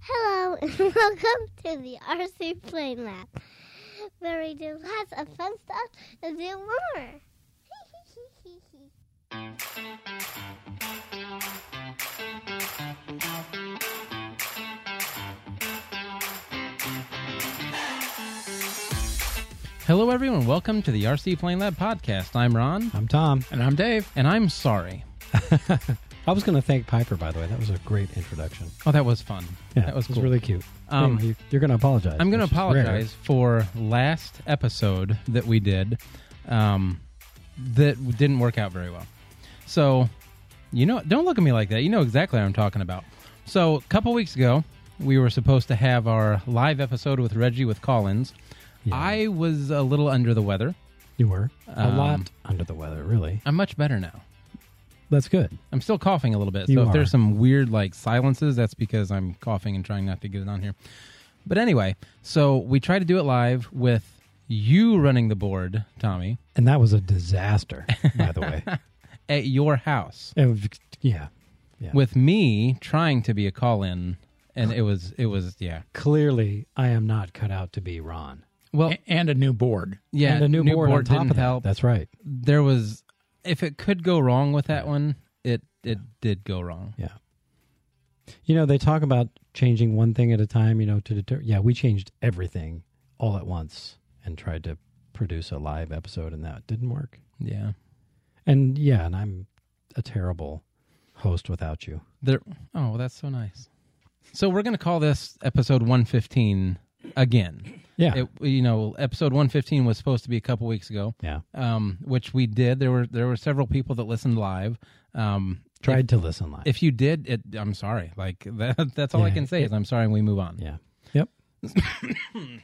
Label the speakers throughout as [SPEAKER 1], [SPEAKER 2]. [SPEAKER 1] Hello and welcome to the RC Plane Lab, where we do lots of fun stuff and do more.
[SPEAKER 2] Hello, everyone. Welcome to the RC Plane Lab podcast. I'm Ron,
[SPEAKER 3] I'm Tom.
[SPEAKER 4] And I'm Dave.
[SPEAKER 2] and I'm sorry.
[SPEAKER 3] I was going to thank Piper, by the way. That was a great introduction.
[SPEAKER 2] Oh, that was fun. that was
[SPEAKER 3] it
[SPEAKER 2] cool.
[SPEAKER 3] really cute.
[SPEAKER 2] Um,
[SPEAKER 3] Anyway, you- you're going to apologize.
[SPEAKER 2] I'm going to
[SPEAKER 3] which is rare.
[SPEAKER 2] apologize for last episode that we did um, that didn't work out very well. So, you know, don't look at me like that. You know exactly what I'm talking about. So, a couple weeks ago, we were supposed to have our live episode with Reggie with Collins.
[SPEAKER 3] Yeah.
[SPEAKER 2] I was a little under the weather.
[SPEAKER 3] You were a
[SPEAKER 2] Um,
[SPEAKER 3] lot under the weather, really.
[SPEAKER 2] I'm much better now.
[SPEAKER 3] That's good.
[SPEAKER 2] I'm still coughing a little bit.
[SPEAKER 3] You
[SPEAKER 2] so if
[SPEAKER 3] are.
[SPEAKER 2] there's some weird like silences, that's because I'm coughing and trying not to get it on here. But anyway, so we try to do it live with you running the board, Tommy,
[SPEAKER 3] And that was a disaster, by the way.
[SPEAKER 2] at your house
[SPEAKER 3] It was- yeah. Yeah.
[SPEAKER 2] with me trying to be a call in and it was it was yeah.
[SPEAKER 3] Clearly, I am not cut out to be Ron.
[SPEAKER 2] Well,
[SPEAKER 3] Eh.
[SPEAKER 4] A- And a new board.
[SPEAKER 2] yeah,
[SPEAKER 3] and a new, board, on top
[SPEAKER 2] didn't
[SPEAKER 3] of that.
[SPEAKER 2] help.
[SPEAKER 3] That's right.
[SPEAKER 2] There was if it could go wrong with that one, it it did go wrong.
[SPEAKER 3] Yeah. You know, they talk about changing one thing at a time, you know, to deter. Yeah, we changed everything all at once and tried to produce a live episode, and that didn't work.
[SPEAKER 2] Yeah.
[SPEAKER 3] And yeah, and I'm a terrible host without you.
[SPEAKER 2] There Oh, well, that's so nice. So we're going to call this episode 115 again.
[SPEAKER 3] Yeah.
[SPEAKER 2] it, you know, episode 115 was supposed to be a couple weeks ago,
[SPEAKER 3] yeah.
[SPEAKER 2] um, which we did. There were there were several people that listened live. Um,
[SPEAKER 3] Tried to listen live.
[SPEAKER 2] If you did, it, I'm sorry. Like that, that's all I
[SPEAKER 3] Yeah,
[SPEAKER 2] can say is is I'm sorry, and we move on.
[SPEAKER 3] yeah. Yep.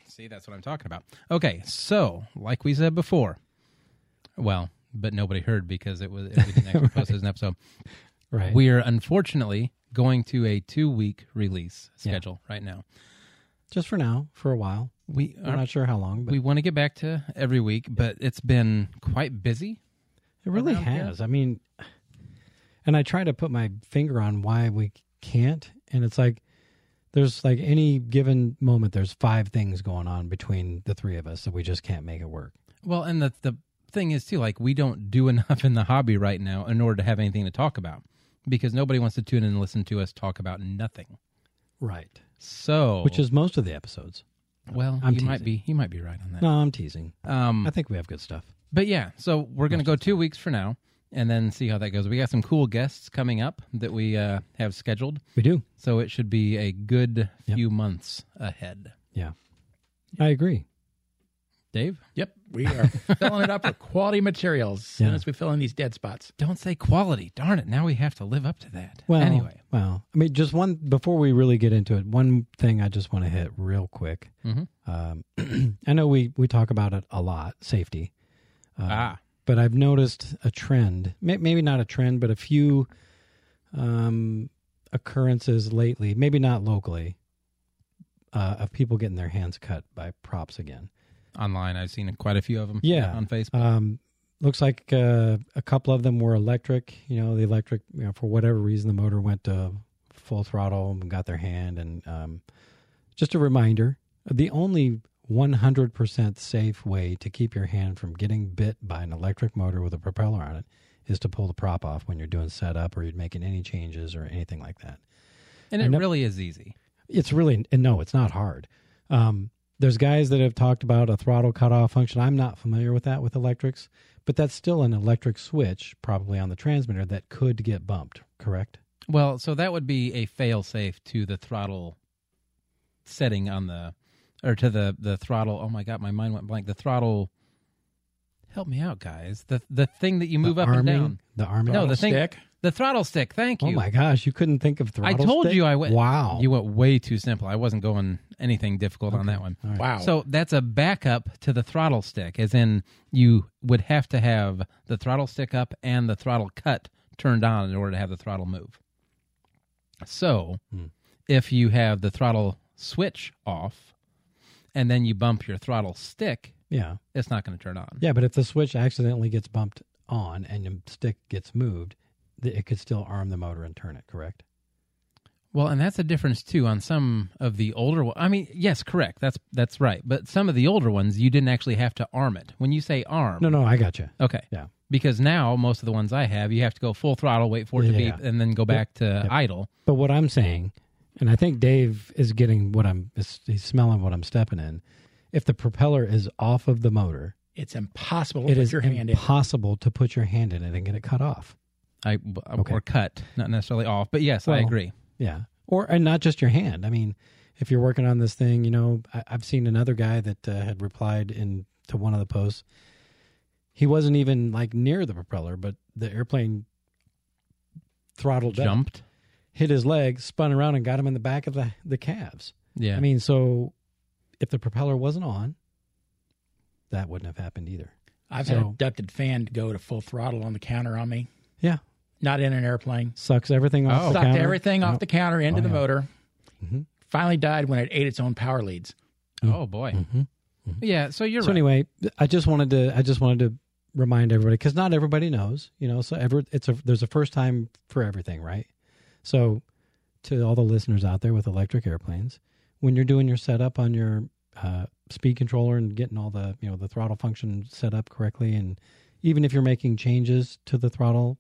[SPEAKER 2] See, that's what I'm talking about. Okay, so like we said before, well, but nobody heard because it was it we didn't actually post it as an episode.
[SPEAKER 3] Right.
[SPEAKER 2] We're unfortunately going to a two week release
[SPEAKER 3] Yeah.
[SPEAKER 2] schedule right now.
[SPEAKER 3] Just for now, for a while.
[SPEAKER 2] We
[SPEAKER 3] I'm
[SPEAKER 2] are,
[SPEAKER 3] not sure how long, but
[SPEAKER 2] we want to get back to every week, but it's been quite busy.
[SPEAKER 3] it really
[SPEAKER 2] around here.
[SPEAKER 3] has. I mean, and I try to put my finger on why we can't. And it's like, there's like any given moment, there's five things going on between the three of us that we just can't make it work.
[SPEAKER 2] Well, and the the thing is too, like we don't do enough in the hobby right now in order to have anything to talk about because nobody wants to tune in and listen to us talk about nothing.
[SPEAKER 3] Right.
[SPEAKER 2] So,
[SPEAKER 3] Which is most of the episodes.
[SPEAKER 2] well,
[SPEAKER 3] I'm
[SPEAKER 2] you might
[SPEAKER 3] teasing.
[SPEAKER 2] be you might be right on that.
[SPEAKER 3] No, I'm teasing.
[SPEAKER 2] Um,
[SPEAKER 3] I think we have good stuff.
[SPEAKER 2] but yeah, so we're gonna go two weeks for now and then see how that goes. We got some cool guests coming up that we uh, have scheduled,
[SPEAKER 3] We do.
[SPEAKER 2] so it should be a good
[SPEAKER 3] Yep.
[SPEAKER 2] few months ahead.
[SPEAKER 3] Yeah. I agree.
[SPEAKER 2] Dave,
[SPEAKER 4] Yep. We are filling it up with quality materials as soon
[SPEAKER 3] Yeah.
[SPEAKER 4] as we fill in these dead spots.
[SPEAKER 2] don't say quality. Darn it! Now we have to live up to that.
[SPEAKER 3] Well,
[SPEAKER 2] anyway,
[SPEAKER 3] well, I mean, just one before we really get into it. One thing I just want to hit real quick.
[SPEAKER 2] Mhm.
[SPEAKER 3] Um, I know we we talk about it a lot, safety, uh,
[SPEAKER 2] ah,
[SPEAKER 3] but I've noticed a trend. May, maybe not a trend, but a few um, occurrences lately. Maybe not locally. Uh, of people getting their hands cut by props again.
[SPEAKER 2] online I've seen quite a few of them.
[SPEAKER 3] Yeah.
[SPEAKER 2] on Facebook.
[SPEAKER 3] Um, looks like uh, a couple of them were electric. You know, the electric, you know, for whatever reason, the motor went to full throttle and got their hand. And um, just a reminder the only 100% safe way to keep your hand from getting bit by an electric motor with a propeller on it is to pull the prop off when you're doing setup or you're making any changes or anything like that
[SPEAKER 2] And
[SPEAKER 3] I
[SPEAKER 2] it
[SPEAKER 3] nev-
[SPEAKER 2] really is easy.
[SPEAKER 3] it's really and no it's not hard um, there's guys that have talked about a throttle cutoff function i'm not familiar with that with electrics but that's still an electric switch probably on the transmitter that could get bumped correct
[SPEAKER 2] Well, so that would be a fail safe to the throttle setting on the or to the the throttle. Oh my god, my mind went blank. The throttle Help me out, guys. The the thing that you move
[SPEAKER 3] the
[SPEAKER 2] up
[SPEAKER 3] arming,
[SPEAKER 2] and down.
[SPEAKER 3] the arming
[SPEAKER 2] No, the thing
[SPEAKER 4] Stick.
[SPEAKER 2] the throttle stick. Thank you.
[SPEAKER 3] oh my gosh you couldn't think of
[SPEAKER 2] I
[SPEAKER 3] throttle
[SPEAKER 2] told
[SPEAKER 3] stick?
[SPEAKER 2] you I went
[SPEAKER 3] wow
[SPEAKER 2] You went way too simple. I wasn't going anything difficult on that one.
[SPEAKER 3] All right.
[SPEAKER 4] Wow.
[SPEAKER 2] So that's a backup to the throttle stick, as in you would have to have the throttle stick up and the throttle cut turned on in order to have the throttle move. So
[SPEAKER 3] Hmm.
[SPEAKER 2] if you have the throttle switch off and then you bump your throttle stick,
[SPEAKER 3] yeah
[SPEAKER 2] it's not going to turn on.
[SPEAKER 3] yeah but if the switch accidentally gets bumped on and the stick gets moved th- it could still arm the motor and turn it correct
[SPEAKER 2] Well, and that's a difference too on some of the older one. I mean, yes, correct. That's that's right. But some of the older ones you didn't actually have to arm it. When you say arm,
[SPEAKER 3] No, no, I got you.
[SPEAKER 2] okay.
[SPEAKER 3] Yeah.
[SPEAKER 2] Because now most of the ones I have, you have to go full throttle, wait for it to
[SPEAKER 3] Yeah.
[SPEAKER 2] beep and then go back to idle.
[SPEAKER 3] But what I'm saying, and I think Dave is getting what I'm is, he's smelling what I'm stepping in. If the propeller is off of the motor,
[SPEAKER 4] It's impossible to
[SPEAKER 3] it
[SPEAKER 4] put
[SPEAKER 3] is
[SPEAKER 4] your hand in.
[SPEAKER 3] impossible to put your hand in it and get it cut off.
[SPEAKER 2] I uh,
[SPEAKER 3] Okay.
[SPEAKER 2] or cut, not necessarily off, but yes, I
[SPEAKER 3] Well,
[SPEAKER 2] agree.
[SPEAKER 3] Yeah. Or and not just your hand. I mean, if you're working on this thing, you know, I, I've seen another guy that uh, had replied in to one of the posts. He wasn't even like near the propeller, but the airplane throttled up,
[SPEAKER 2] Jumped.
[SPEAKER 3] hit his leg, spun around, and got him in the back of the the calves.
[SPEAKER 2] Yeah.
[SPEAKER 3] I mean, so if the propeller wasn't on, that wouldn't have happened either.
[SPEAKER 4] I've had a
[SPEAKER 3] So-
[SPEAKER 4] ducted fan go to full throttle on the counter on me.
[SPEAKER 3] Yeah,
[SPEAKER 4] Not in an airplane.
[SPEAKER 3] sucks everything off.
[SPEAKER 2] Oh.
[SPEAKER 3] the
[SPEAKER 4] Sucked
[SPEAKER 3] counter.
[SPEAKER 4] everything off the counter into
[SPEAKER 3] Oh,
[SPEAKER 4] the
[SPEAKER 3] yeah.
[SPEAKER 4] motor.
[SPEAKER 3] Mhm.
[SPEAKER 4] Finally died when it ate its own power leads.
[SPEAKER 2] oh boy.
[SPEAKER 3] Mhm.
[SPEAKER 2] Yeah. So you're
[SPEAKER 3] so
[SPEAKER 2] right.
[SPEAKER 3] anyway, I just wanted to I just wanted to remind everybody because not everybody knows, you know. So ever it's a there's a first time for everything, right? So to all the listeners out there with electric airplanes, when you're doing your setup on your uh, speed controller and getting all the you know the throttle function set up correctly, and even if you're making changes to the throttle,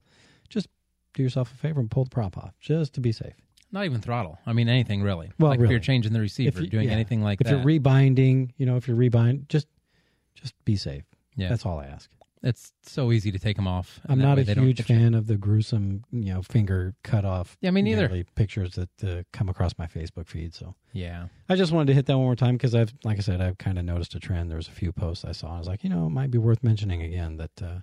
[SPEAKER 3] just do yourself a favor and pull the prop off just to be safe.
[SPEAKER 2] Not even throttle. I mean anything really.
[SPEAKER 3] Well,
[SPEAKER 2] like if
[SPEAKER 3] really.
[SPEAKER 2] you're changing the receiver,
[SPEAKER 3] you-
[SPEAKER 2] doing
[SPEAKER 3] yeah.
[SPEAKER 2] anything like
[SPEAKER 3] if
[SPEAKER 2] that.
[SPEAKER 3] you're rebinding, you know, if you're rebind, just just be safe.
[SPEAKER 2] Yeah.
[SPEAKER 3] That's all I ask.
[SPEAKER 2] it's so easy to take them off. and
[SPEAKER 3] I'm
[SPEAKER 2] that
[SPEAKER 3] not
[SPEAKER 2] way
[SPEAKER 3] a
[SPEAKER 2] they don't
[SPEAKER 3] huge
[SPEAKER 2] get you.
[SPEAKER 3] fan of the gruesome, you know, finger cut off.
[SPEAKER 2] Yeah, me neither.
[SPEAKER 3] gnarly Pictures that uh, come across my Facebook feed. So
[SPEAKER 2] Yeah.
[SPEAKER 3] I just wanted to hit that one more time because I've, like I said, I've kind of noticed a trend. There was a few posts I saw. and I was like, you know, it might be worth mentioning again that uh,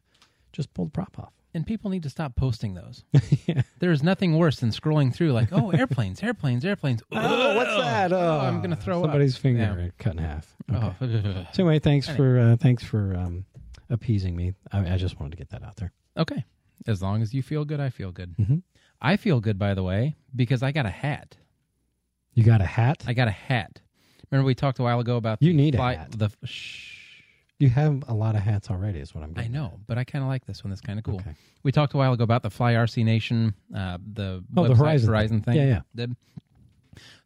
[SPEAKER 3] just pull the prop off.
[SPEAKER 2] And people need to stop posting those.
[SPEAKER 3] yeah.
[SPEAKER 2] There is nothing worse than scrolling through like, oh, airplanes, airplanes, airplanes.
[SPEAKER 3] Oh, what's that?
[SPEAKER 2] Oh, I'm gonna throw up.
[SPEAKER 3] somebody's finger
[SPEAKER 2] Yeah.
[SPEAKER 3] cut in half. Okay.
[SPEAKER 2] Oh,
[SPEAKER 3] So anyway, thanks for uh, thanks for um, appeasing me. I, I just wanted to get that out there.
[SPEAKER 2] okay. As long as you feel good, I feel good.
[SPEAKER 3] Mhm.
[SPEAKER 2] I feel good, by the way, because I got a hat.
[SPEAKER 3] You got a hat?
[SPEAKER 2] I got a hat. Remember we talked a while ago about
[SPEAKER 3] You
[SPEAKER 2] the
[SPEAKER 3] need a
[SPEAKER 2] fly,
[SPEAKER 3] hat.
[SPEAKER 2] The shh,
[SPEAKER 3] you have a lot of hats already. Is what I'm.
[SPEAKER 2] I
[SPEAKER 3] Getting
[SPEAKER 2] know, but I kind of like this one. That's kind of cool.
[SPEAKER 3] Okay.
[SPEAKER 2] We talked a while ago about the Fly RC Nation, uh, the
[SPEAKER 3] Oh, the
[SPEAKER 2] website,
[SPEAKER 3] Horizon thing.
[SPEAKER 2] thing.
[SPEAKER 3] Yeah, yeah.
[SPEAKER 2] Did.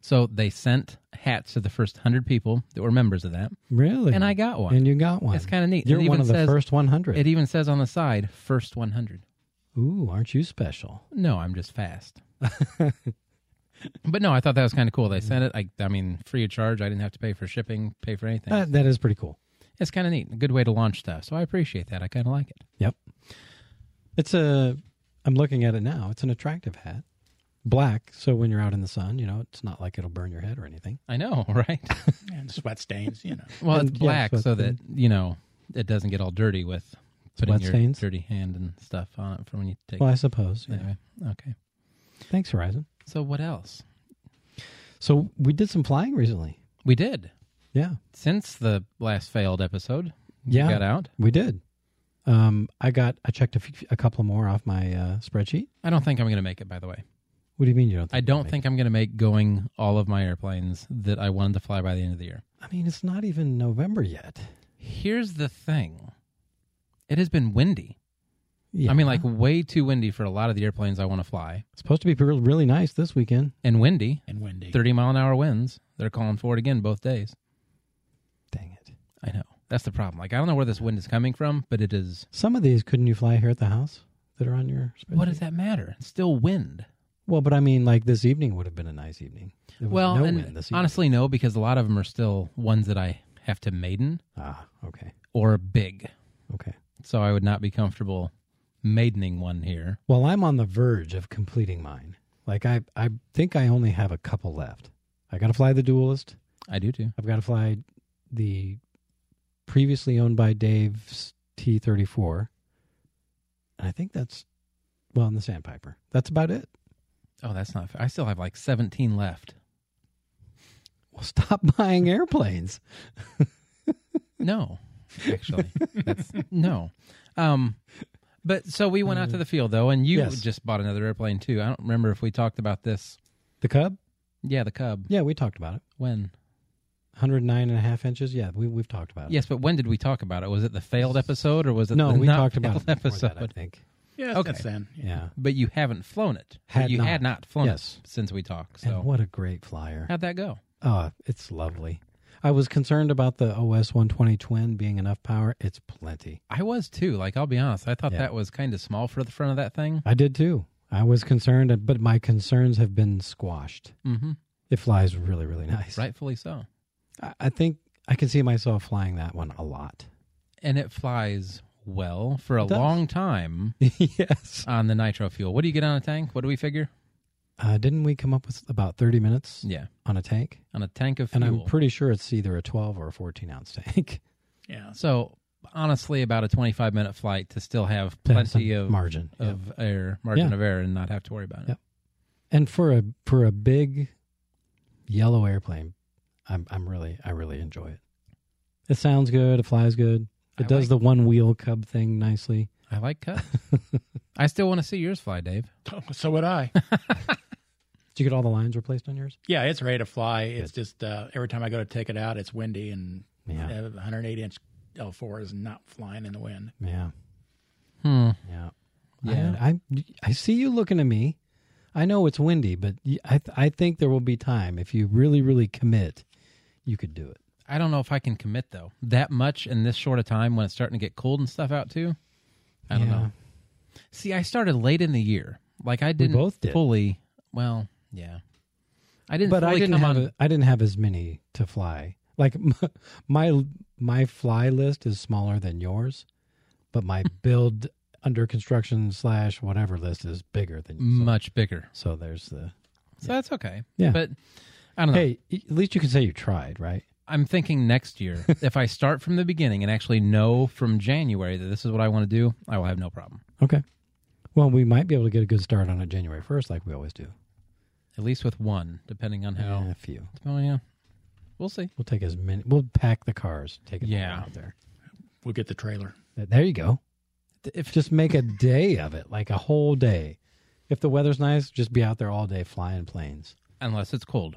[SPEAKER 2] So they sent hats to the first hundred people that were members of that,
[SPEAKER 3] Really?
[SPEAKER 2] and I got one.
[SPEAKER 3] And you got one.
[SPEAKER 2] It's kinda neat.
[SPEAKER 3] You're
[SPEAKER 2] It
[SPEAKER 3] one
[SPEAKER 2] even
[SPEAKER 3] of the
[SPEAKER 2] says-
[SPEAKER 3] first 100.
[SPEAKER 2] It even says on the side, first 100.
[SPEAKER 3] Ooh, aren't you special?
[SPEAKER 2] No, I'm just fast. but no, I thought that was kind of cool. They
[SPEAKER 3] Mm.
[SPEAKER 2] sent it. I, I mean, free of charge. I didn't have to pay for shipping, pay for anything.
[SPEAKER 3] That, that is pretty cool.
[SPEAKER 2] it's kind of neat. A good way to launch stuff. So I appreciate that. I kind of like it.
[SPEAKER 3] Yep. It's a. I'm looking at it now. It's an attractive hat, black. So when you're out in the sun, you know, it's not like it'll burn your head or anything.
[SPEAKER 2] I know, right?
[SPEAKER 4] And sweat stains, you know.
[SPEAKER 2] Well,
[SPEAKER 3] And,
[SPEAKER 2] it's
[SPEAKER 3] yeah,
[SPEAKER 2] black
[SPEAKER 3] sweat
[SPEAKER 2] so that you know it doesn't get all dirty with putting
[SPEAKER 3] Sweat
[SPEAKER 2] your
[SPEAKER 3] stains?
[SPEAKER 2] dirty hand and stuff on it from when you take.
[SPEAKER 3] Well, I suppose. yeah.
[SPEAKER 2] anyway, okay.
[SPEAKER 3] Thanks, Horizon.
[SPEAKER 2] So what else?
[SPEAKER 3] So we did some flying recently.
[SPEAKER 2] We did
[SPEAKER 3] Yeah,
[SPEAKER 2] since the last failed episode. we
[SPEAKER 3] Yeah.
[SPEAKER 2] got out.
[SPEAKER 3] we did. Um, I got. I checked a, few, a couple more off my uh, spreadsheet.
[SPEAKER 2] I don't think I'm going to make it. By the way,
[SPEAKER 3] What do you mean you don't? Think
[SPEAKER 2] I
[SPEAKER 3] you'll
[SPEAKER 2] don't
[SPEAKER 3] make
[SPEAKER 2] think I'm going to make going all of my airplanes that I wanted to fly by the end of the year.
[SPEAKER 3] it? I mean, it's not even November yet.
[SPEAKER 2] Here's the thing: it has been windy.
[SPEAKER 3] Yeah.
[SPEAKER 2] I mean, like way too windy for a lot of the airplanes I want to fly,
[SPEAKER 3] it's supposed to be pretty- really nice this weekend.
[SPEAKER 2] and windy.
[SPEAKER 4] And windy.
[SPEAKER 2] Thirty mile an hour winds. They're calling for it again both days.
[SPEAKER 3] Dang it!
[SPEAKER 2] I know. That's the problem. Like I don't know where this wind is coming from, but it is
[SPEAKER 3] Some of these couldn't you fly here at the house that are on your spreadsheet?
[SPEAKER 2] what does that matter? It's still wind.
[SPEAKER 3] Well, but I mean, like this evening would have been a nice evening. There was
[SPEAKER 2] Well,
[SPEAKER 3] no
[SPEAKER 2] and
[SPEAKER 3] wind this evening.
[SPEAKER 2] honestly no because a lot of them are still ones that I have to maiden
[SPEAKER 3] ah, okay,
[SPEAKER 2] or big.
[SPEAKER 3] okay.
[SPEAKER 2] So I would not be comfortable maidening one here.
[SPEAKER 3] Well, I'm on the verge of completing mine. Like I, I think I only have a couple left. I got to fly the Duelist.
[SPEAKER 2] I do too.
[SPEAKER 3] I've got to fly the previously owned by Dave's T34, and I think that's well, and the Sandpiper. That's about it.
[SPEAKER 2] Oh, that's not fair. I still have like 17 left.
[SPEAKER 3] Well, stop buying airplanes.
[SPEAKER 2] No. Actually. that's no. Um but so we went out to the field though and you
[SPEAKER 3] Yes.
[SPEAKER 2] just bought another airplane too. I don't remember if we talked about this.
[SPEAKER 3] The Cub.
[SPEAKER 2] Yeah, the Cub.
[SPEAKER 3] Yeah, we talked about it.
[SPEAKER 2] When?
[SPEAKER 3] 109 and a half inches. Yeah, we, we've talked about it.
[SPEAKER 2] Yes, but when did we talk about it? Was it the failed episode or was it
[SPEAKER 3] No,
[SPEAKER 2] the
[SPEAKER 3] we
[SPEAKER 2] not
[SPEAKER 3] talked about
[SPEAKER 2] failed
[SPEAKER 3] it before that, I
[SPEAKER 2] episode?
[SPEAKER 3] think.
[SPEAKER 4] Yeah,
[SPEAKER 2] Okay.
[SPEAKER 4] okay. then.
[SPEAKER 3] Yeah.
[SPEAKER 2] but you haven't flown it. Or
[SPEAKER 3] Had
[SPEAKER 2] you
[SPEAKER 3] not.
[SPEAKER 2] had not flown
[SPEAKER 3] Yes.
[SPEAKER 2] it since we talked.
[SPEAKER 3] And
[SPEAKER 2] So
[SPEAKER 3] what a great flyer.
[SPEAKER 2] how'd that go?
[SPEAKER 3] Oh, it's lovely. I was concerned about the OS 120 twin being enough power. It's plenty.
[SPEAKER 2] I was too. Like I'll be honest, I thought
[SPEAKER 3] Yeah.
[SPEAKER 2] that was kind of small for the front of that thing.
[SPEAKER 3] I did too. I was concerned, but my concerns have been squashed.
[SPEAKER 2] Mm-hmm.
[SPEAKER 3] It flies really, really nice.
[SPEAKER 2] Rightfully so.
[SPEAKER 3] I- I think I can see myself flying that one a lot.
[SPEAKER 2] And it flies well for a
[SPEAKER 3] It does.
[SPEAKER 2] long time
[SPEAKER 3] yes.
[SPEAKER 2] on the nitro fuel. What do you get on a tank? What do we figure?
[SPEAKER 3] Uh, didn't we come up with about 30 minutes
[SPEAKER 2] Yeah,
[SPEAKER 3] on a tank?
[SPEAKER 2] on a tank of
[SPEAKER 3] And
[SPEAKER 2] fuel.
[SPEAKER 3] I'm pretty sure it's either a 12 or a 14 ounce tank.
[SPEAKER 4] Yeah.
[SPEAKER 2] so honestly, about a twenty-five minute flight to still have
[SPEAKER 3] That's
[SPEAKER 2] plenty
[SPEAKER 3] a
[SPEAKER 2] of
[SPEAKER 3] margin. yeah.
[SPEAKER 2] of air, margin
[SPEAKER 3] Yeah.
[SPEAKER 2] of air, and not have to worry about it.
[SPEAKER 3] Yep. And for a for a big yellow airplane, I'm I'm really I really enjoy it. It sounds good, it flies good. It
[SPEAKER 2] I
[SPEAKER 3] does
[SPEAKER 2] like-
[SPEAKER 3] the one wheel cub thing nicely.
[SPEAKER 2] I like cut. I still want to see yours fly, Dave.
[SPEAKER 4] Oh, so would I.
[SPEAKER 3] Did you get all the lines replaced on yours?
[SPEAKER 4] yeah, it's ready to fly. It's just uh, every time I go to take it out, it's windy and
[SPEAKER 3] Yeah.
[SPEAKER 4] uh, 108 inch L4 is not flying in the wind.
[SPEAKER 3] Yeah.
[SPEAKER 2] Hmm.
[SPEAKER 3] Yeah.
[SPEAKER 2] Yeah.
[SPEAKER 3] I, I I see you looking at me. I know it's windy, but y- I th- I think there will be time if you really really commit, you could do it.
[SPEAKER 2] I don't know if I can commit though that much in this short a time when it's starting to get cold and stuff out too. I don't
[SPEAKER 3] Yeah.
[SPEAKER 2] know. See, I started late in the year. Like I didn't
[SPEAKER 3] both did.
[SPEAKER 2] fully. Well, yeah, I didn't.
[SPEAKER 3] but
[SPEAKER 2] fully
[SPEAKER 3] I didn't
[SPEAKER 2] come
[SPEAKER 3] have
[SPEAKER 2] on,
[SPEAKER 3] a, I didn't have as many to fly. Like my my fly list is smaller than yours, but my build under construction slash whatever list is bigger than yours. So-
[SPEAKER 2] much bigger,
[SPEAKER 3] So, there's the
[SPEAKER 2] so that's okay.
[SPEAKER 3] Yeah.
[SPEAKER 2] but I don't know.
[SPEAKER 3] hey. At least you can say you tried, right?
[SPEAKER 2] I'm thinking next year if I start from the beginning and actually know from January that this is what I want to do, I will have no problem.
[SPEAKER 3] Okay. Well, we might be able to get a good start on it January first, like we always do.
[SPEAKER 2] At least with one, depending on how.
[SPEAKER 3] Yeah, a few.
[SPEAKER 2] Oh yeah, we'll see.
[SPEAKER 3] We'll take as many. We'll pack the cars. Take it
[SPEAKER 2] Yeah.
[SPEAKER 3] out there.
[SPEAKER 4] We'll get the trailer.
[SPEAKER 3] Th- There you go.
[SPEAKER 2] If
[SPEAKER 3] Just make a day of it, like a whole day. If the weather's nice, just be out there all day flying planes.
[SPEAKER 2] unless it's cold.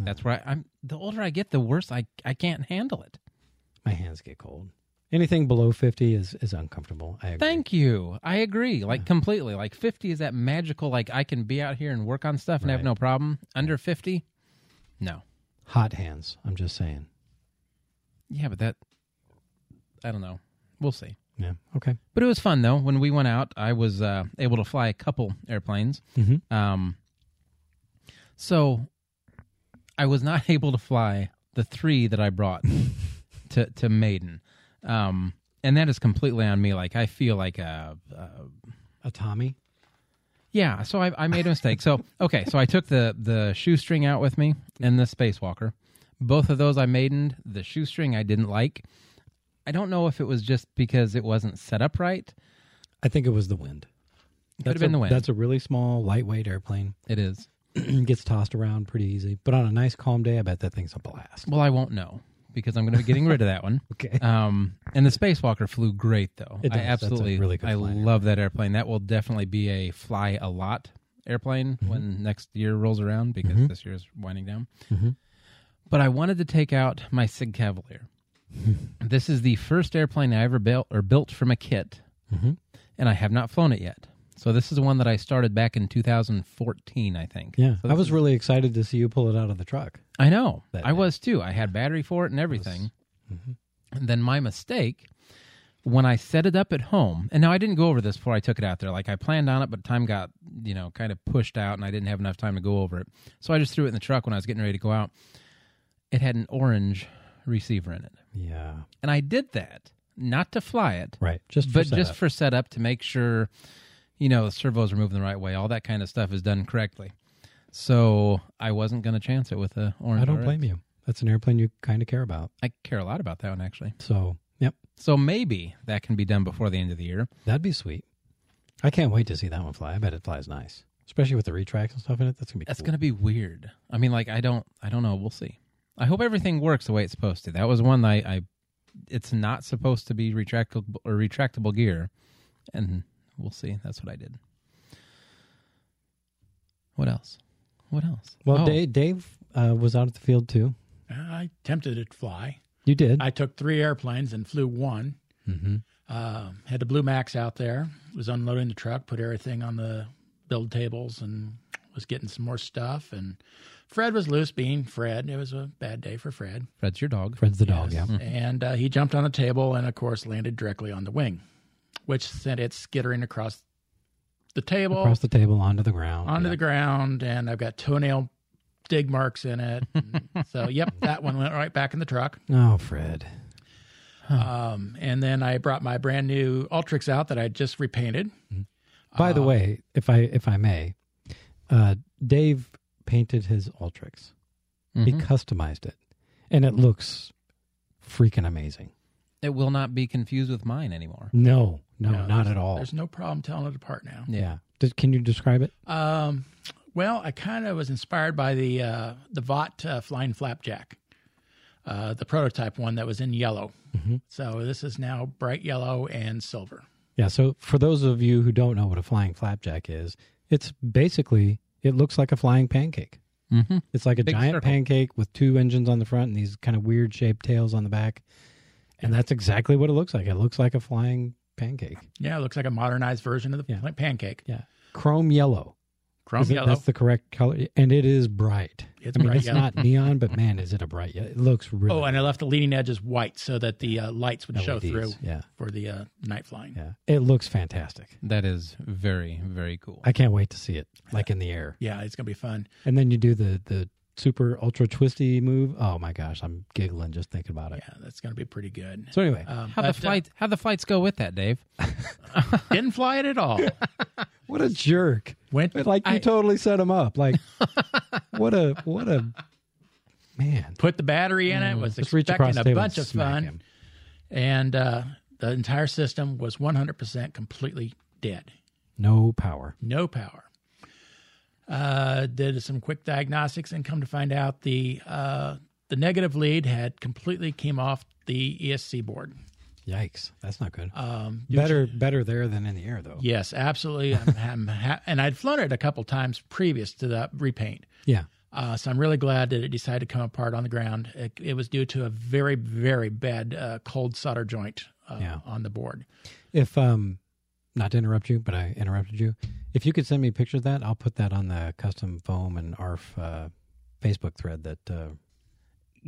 [SPEAKER 3] Mm.
[SPEAKER 2] That's where I, I'm. The older I get, the worse I I can't handle it.
[SPEAKER 3] My hands get cold. Anything below 50 is, is uncomfortable. I agree.
[SPEAKER 2] Thank you. I agree, like completely. Like fifty is that magical. Like I can be out here and work on stuff and have
[SPEAKER 3] Right.
[SPEAKER 2] no problem. Under fifty, no.
[SPEAKER 3] Hot hands. I'm just saying.
[SPEAKER 2] Yeah, but that I don't know. We'll see.
[SPEAKER 3] Yeah. Okay.
[SPEAKER 2] But it was fun though. When we went out, I was uh, able to fly a couple airplanes.
[SPEAKER 3] Mhm.
[SPEAKER 2] Um, so I was not able to fly the three that I brought to to Maiden, um, and that is completely on me. Like I feel like a, a
[SPEAKER 3] A Tommy.
[SPEAKER 2] yeah. So I, I made a mistake. so okay, so I took the the shoestring out with me and the spacewalker. Both of those I maidened. The shoestring I didn't like. I don't know if it was just because it wasn't set up right.
[SPEAKER 3] I think it was the wind.
[SPEAKER 2] have
[SPEAKER 3] That's
[SPEAKER 2] been
[SPEAKER 3] a-
[SPEAKER 2] the wind.
[SPEAKER 3] That's a really small, lightweight airplane.
[SPEAKER 2] It is.
[SPEAKER 3] Gets tossed around pretty easy. But on a nice, calm day, I bet that thing's a blast.
[SPEAKER 2] Well, I won't know because I'm going to be getting rid of that one.
[SPEAKER 3] Okay.
[SPEAKER 2] Um, and the Spacewalker flew great though.
[SPEAKER 3] It does.
[SPEAKER 2] I
[SPEAKER 3] That's a
[SPEAKER 2] absolutely
[SPEAKER 3] really good
[SPEAKER 2] I
[SPEAKER 3] flyer.
[SPEAKER 2] love that airplane. That will definitely be a fly a lot airplane
[SPEAKER 3] Mm-hmm.
[SPEAKER 2] when next year rolls around because this year is winding down.
[SPEAKER 3] Mhm.
[SPEAKER 2] But I wanted to take out my Sig Cavalier. this is the first airplane I ever built or built from a kit,
[SPEAKER 3] Mhm.
[SPEAKER 2] and I have not flown it yet. So this is one that I started back in 2014, I think.
[SPEAKER 3] yeah.
[SPEAKER 2] Uh, So
[SPEAKER 3] I
[SPEAKER 2] this
[SPEAKER 3] was
[SPEAKER 2] is-
[SPEAKER 3] really excited to see you pull it out of the truck.
[SPEAKER 2] I know.
[SPEAKER 3] that
[SPEAKER 2] I
[SPEAKER 3] day.
[SPEAKER 2] was too. I had battery for it and everything.
[SPEAKER 3] Mm-hmm.
[SPEAKER 2] And then my mistake when I set it up at home, and now I didn't go over this before I took it out there. Like I planned on it, but time got, you know, kind of pushed out and I didn't have enough time to go over it. So I just threw it in the truck when I was getting ready to go out. It had an orange receiver in it.
[SPEAKER 3] Yeah.
[SPEAKER 2] And I did that not to fly it,
[SPEAKER 3] Right. Just for
[SPEAKER 2] but just
[SPEAKER 3] setup.
[SPEAKER 2] for setup to make sure you know the servos are moving the right way all that kind of stuff is done correctly so i wasn't going to chance it with a orange
[SPEAKER 3] I don't
[SPEAKER 2] RX.
[SPEAKER 3] blame you. That's an airplane you kind of care about.
[SPEAKER 2] i care a lot about that one actually
[SPEAKER 3] So, yep.
[SPEAKER 2] so maybe that can be done before the end of the year
[SPEAKER 3] That'd be sweet. I can't wait to see that one fly. I bet it flies nice, especially with the retracts and stuff in it. That's gonna be
[SPEAKER 2] that's
[SPEAKER 3] cool.
[SPEAKER 2] going to be weird i mean like i don't i don't know we'll see i hope everything works the way it's supposed to that was one that i, I it's not supposed to be retractable or retractable gear and we'll see that's what i did what else what else
[SPEAKER 3] Well,
[SPEAKER 2] Oh,
[SPEAKER 3] Dave, Dave uh, was out at the field too.
[SPEAKER 4] I attempted to fly.
[SPEAKER 3] You did.
[SPEAKER 4] I took three airplanes and flew one.
[SPEAKER 3] mm-hmm.
[SPEAKER 4] Uh, had the Blue Max out there. Was unloading the truck, put everything on the build tables, and was getting some more stuff. And Fred was loose, being Fred. It was a bad day for Fred.
[SPEAKER 2] Fred's your dog.
[SPEAKER 3] Fred's the dog. Yeah. Hmm.
[SPEAKER 4] Yes. And uh, he jumped on the table and, of course, landed directly on the wing, which sent it skittering across the table,
[SPEAKER 3] Across the table onto the ground.
[SPEAKER 4] onto
[SPEAKER 3] yeah.
[SPEAKER 4] the ground. And I've got toenail dig marks in it. And so, yep, that one went right back in the truck.
[SPEAKER 3] Oh, Fred.
[SPEAKER 4] Um, and then I brought my brand new Ultrix out that I just repainted.
[SPEAKER 3] By the
[SPEAKER 4] Uh,
[SPEAKER 3] way, if I if I may, uh, Dave painted his Ultrix. He
[SPEAKER 2] Mhm.
[SPEAKER 3] customized it, and it looks freaking amazing.
[SPEAKER 2] It will not be confused with mine anymore.
[SPEAKER 3] No, no,
[SPEAKER 4] No,
[SPEAKER 3] not at all.
[SPEAKER 4] There's no problem telling it apart now.
[SPEAKER 3] Yeah. Does, can you describe it?
[SPEAKER 4] Um, well, I kind of was inspired by the uh, the Vought uh, flying flapjack, uh, the prototype one that was in yellow.
[SPEAKER 3] Mhm.
[SPEAKER 4] So this is now bright yellow and silver.
[SPEAKER 3] Yeah. So for those of you who don't know what a flying flapjack is, it's basically it looks like a flying pancake.
[SPEAKER 2] Mm-hmm.
[SPEAKER 3] It's like a
[SPEAKER 2] Big
[SPEAKER 3] giant
[SPEAKER 2] circle.
[SPEAKER 3] pancake with two engines on the front and these kind of weird shaped tails on the back. And that's exactly what it looks like. It looks like a flying pancake.
[SPEAKER 4] Yeah, it looks like a modernized version of the
[SPEAKER 3] Yeah.
[SPEAKER 4] pan- pancake.
[SPEAKER 3] Chrome yellow.
[SPEAKER 4] Chrome
[SPEAKER 3] Is it-
[SPEAKER 4] yellow.
[SPEAKER 3] That's the correct color. And it is bright.
[SPEAKER 4] It's
[SPEAKER 3] I mean,
[SPEAKER 4] bright
[SPEAKER 3] it's
[SPEAKER 4] yellow.
[SPEAKER 3] not neon, but man, is it a bright yellow. It looks really
[SPEAKER 4] oh, and I left the leading edges white so that the uh, lights would show
[SPEAKER 3] LEDs.
[SPEAKER 4] through
[SPEAKER 3] Yeah.
[SPEAKER 4] for the uh, night flying. Yeah.
[SPEAKER 3] Yeah. It looks fantastic.
[SPEAKER 2] That is very, very cool.
[SPEAKER 3] I can't wait to see it like in the air.
[SPEAKER 4] it's gonna be fun.
[SPEAKER 3] And then you do the the super ultra twisty move. Oh my gosh, I'm giggling just thinking about it.
[SPEAKER 4] Yeah, that's gonna be pretty good.
[SPEAKER 3] So anyway,
[SPEAKER 4] Um,
[SPEAKER 2] how the
[SPEAKER 4] but, uh,
[SPEAKER 2] flight? how the flights go with that, Dave?
[SPEAKER 4] didn't fly it at all.
[SPEAKER 3] what a jerk!
[SPEAKER 4] Went
[SPEAKER 3] But, Like you
[SPEAKER 4] I
[SPEAKER 3] totally set him up. Like what a what a man.
[SPEAKER 4] put the battery in it. Was
[SPEAKER 3] Mm, Just reach across
[SPEAKER 4] expecting
[SPEAKER 3] the
[SPEAKER 4] a
[SPEAKER 3] table
[SPEAKER 4] bunch
[SPEAKER 3] and
[SPEAKER 4] of
[SPEAKER 3] smack
[SPEAKER 4] fun.
[SPEAKER 3] him.
[SPEAKER 4] and uh, the entire system was 100% completely dead.
[SPEAKER 3] No power.
[SPEAKER 4] No power. Uh, did some quick diagnostics and come to find out the uh, the negative lead had completely came off the ESC board.
[SPEAKER 3] Yikes, that's not good.
[SPEAKER 4] Um,
[SPEAKER 3] better better there than in the air though.
[SPEAKER 4] yes, absolutely. I'm, I'm ha- and I'd flown it a couple times previous to that repaint.
[SPEAKER 3] Yeah.
[SPEAKER 4] Uh, so I'm really glad that it decided to come apart on the ground. It, it was due to a very, very bad uh, cold solder joint uh,
[SPEAKER 3] Yeah.
[SPEAKER 4] on the board.
[SPEAKER 3] If um, not to interrupt you, but I interrupted you. If you could send me a picture of that, I'll put that on the custom foam and ARF uh, Facebook thread that uh,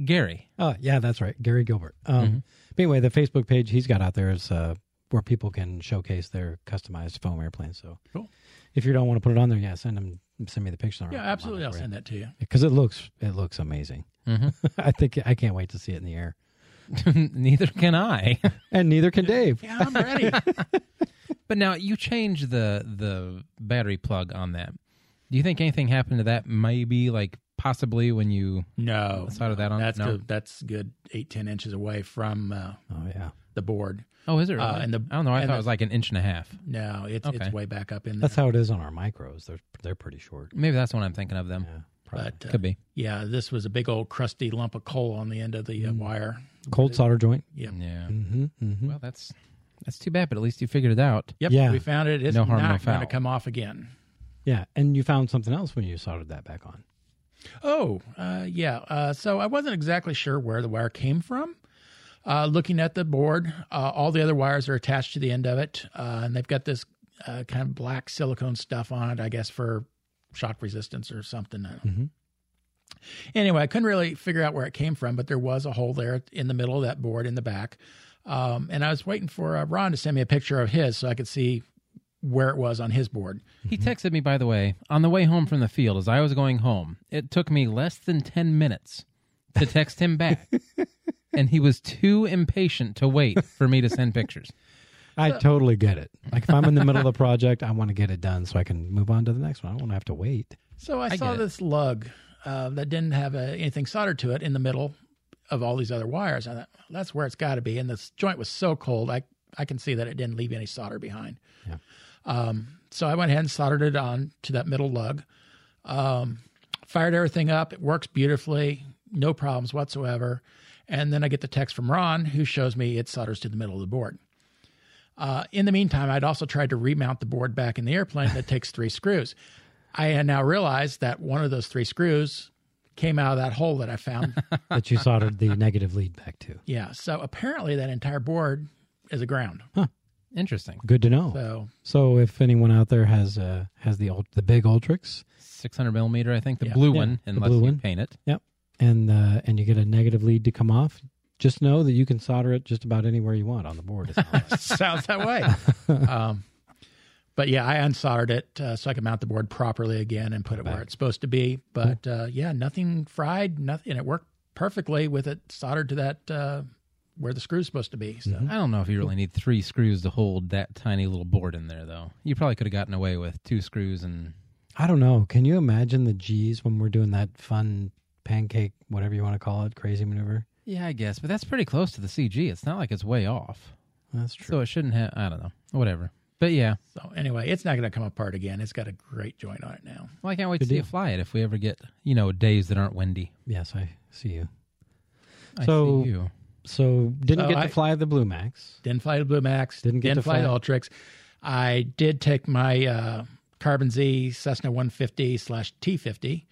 [SPEAKER 2] Gary,
[SPEAKER 3] Oh, yeah, that's right. Gary Gilbert. Um,
[SPEAKER 4] Mm-hmm.
[SPEAKER 3] But anyway, the Facebook page he's got out there is uh, where people can showcase their customized foam airplanes. So
[SPEAKER 4] Cool.
[SPEAKER 3] if you don't want to put it on there, yeah, send them, send me the picture.
[SPEAKER 4] Yeah, absolutely. I'll send Mm-hmm. that to you.
[SPEAKER 3] Because it looks, it looks amazing.
[SPEAKER 2] Mhm.
[SPEAKER 3] I think I can't wait to see it in the air.
[SPEAKER 2] neither can I.
[SPEAKER 3] And neither can Dave.
[SPEAKER 4] Yeah, I'm ready.
[SPEAKER 2] but now you change the the battery plug on that. Do you think anything happened to that? Maybe like possibly when you
[SPEAKER 4] No,
[SPEAKER 2] decided that on
[SPEAKER 4] that's
[SPEAKER 2] no.
[SPEAKER 4] good. That's good. Eight ten inches away from uh,
[SPEAKER 3] Oh yeah,
[SPEAKER 4] the board.
[SPEAKER 2] Oh, is it? Really?
[SPEAKER 4] Uh, and the-
[SPEAKER 2] I don't know. I
[SPEAKER 4] and
[SPEAKER 2] thought
[SPEAKER 4] the-
[SPEAKER 2] it was like an inch and a half.
[SPEAKER 4] No, it's
[SPEAKER 2] Okay.
[SPEAKER 4] it's way back up in there.
[SPEAKER 3] that's how it is on our micros. They're they're pretty short.
[SPEAKER 2] Maybe that's the one I'm thinking of. Them
[SPEAKER 3] Yeah, probably.
[SPEAKER 4] but uh,
[SPEAKER 2] could be.
[SPEAKER 4] yeah, this was a big old crusty lump of coal on the end of
[SPEAKER 2] Mm.
[SPEAKER 4] the uh, wire.
[SPEAKER 3] cold solder joint.
[SPEAKER 4] Yeah.
[SPEAKER 2] Yeah.
[SPEAKER 3] Mm-hmm, mm-hmm.
[SPEAKER 2] Well, that's that's too bad. But at least you figured it out.
[SPEAKER 4] Yep,
[SPEAKER 3] Yeah.
[SPEAKER 4] we found it. It's
[SPEAKER 2] No harm, no
[SPEAKER 4] not going
[SPEAKER 2] foul.
[SPEAKER 4] to come off again.
[SPEAKER 3] yeah, and you found something else when you soldered that back on.
[SPEAKER 4] Oh, uh, yeah. Uh, so I wasn't exactly sure where the wire came from. Uh, looking at the board, uh, all the other wires are attached to the end of it, uh, and they've got this uh, kind of black silicone stuff on it, I guess for shock resistance or something. I don't know. Anyway, I couldn't really figure out where it came from, but there was a hole there in the middle of that board in the back. Um, and I was waiting for uh, Ron to send me a picture of his so I could see where it was on his board.
[SPEAKER 2] He texted me, by the way, on the way home from the field as I was going home. It took me less than 10 minutes to text him back. and he was too impatient to wait for me to send pictures.
[SPEAKER 3] I totally get it. Like if I'm in the middle of a project, I want to get it done so I can move on to the next one. I don't want to have to wait.
[SPEAKER 4] So I,
[SPEAKER 2] I
[SPEAKER 4] saw
[SPEAKER 2] get it.
[SPEAKER 4] this lug uh, that didn't have uh anything soldered to it in the middle of all these other wires. I thought "Well, that's where it's got to be. And this joint was so cold, I I can see that it didn't leave any solder behind.
[SPEAKER 3] Yeah.
[SPEAKER 4] Um, so I went ahead and soldered it on to that middle lug. Um, fired everything up. It works beautifully, no problems whatsoever. And then I get the text from Ron, who shows me it solders to the middle of the board. Uh, in the meantime, I'd also tried to remount the board back in the airplane. That takes three screws. I had now realized that one of those three screws came out of that hole that I found.
[SPEAKER 3] That you soldered the negative lead back to.
[SPEAKER 4] yeah. So apparently, that entire board as a ground.
[SPEAKER 2] Interesting.
[SPEAKER 3] Good to know.
[SPEAKER 4] So
[SPEAKER 3] So if anyone out there has uh has the old the big Ultrix
[SPEAKER 2] 600 millimeter, I think, the
[SPEAKER 4] Yeah.
[SPEAKER 2] blue
[SPEAKER 3] Yeah,
[SPEAKER 2] one,
[SPEAKER 3] the
[SPEAKER 2] unless
[SPEAKER 3] blue
[SPEAKER 2] you
[SPEAKER 3] one.
[SPEAKER 2] paint it.
[SPEAKER 3] and uh, and you get a negative lead to come off, just know that you can solder it just about anywhere you want on the board.
[SPEAKER 4] sounds that way. Um, but yeah, I unsoldered it uh, so I could mount the board properly again and put it where
[SPEAKER 3] Back.
[SPEAKER 4] it's supposed to be. But uh, yeah, nothing fried, nothing. And it worked perfectly with it soldered to that uh, where the screw's supposed to be. So
[SPEAKER 3] Mm-hmm.
[SPEAKER 2] I don't know if you really need three screws to hold that tiny little board in there, though. You probably could have gotten away with two screws and
[SPEAKER 3] I don't know. Can you imagine the G's when we're doing that fun pancake, whatever you want to call it, crazy maneuver?
[SPEAKER 2] yeah, I guess. But that's pretty close to the CG. It's not like it's way off,
[SPEAKER 3] That's true.
[SPEAKER 2] so it shouldn't have. I don't know. Whatever. But yeah,
[SPEAKER 4] so anyway, it's not going to come apart again. It's got a great joint on it now.
[SPEAKER 2] well, I can't wait
[SPEAKER 3] Good
[SPEAKER 2] to see
[SPEAKER 3] deal.
[SPEAKER 2] you fly it if we ever get you know days that aren't windy.
[SPEAKER 3] yes, I see you.
[SPEAKER 2] I
[SPEAKER 3] So-
[SPEAKER 2] see you.
[SPEAKER 3] So didn't
[SPEAKER 4] So
[SPEAKER 3] get
[SPEAKER 4] I-
[SPEAKER 3] to fly the Blue Max.
[SPEAKER 4] Didn't fly the Blue Max.
[SPEAKER 3] Didn't get to
[SPEAKER 4] fly,
[SPEAKER 3] fly.
[SPEAKER 4] the Ultrix. I did take my uh, Carbon Z Cessna 150 slash T50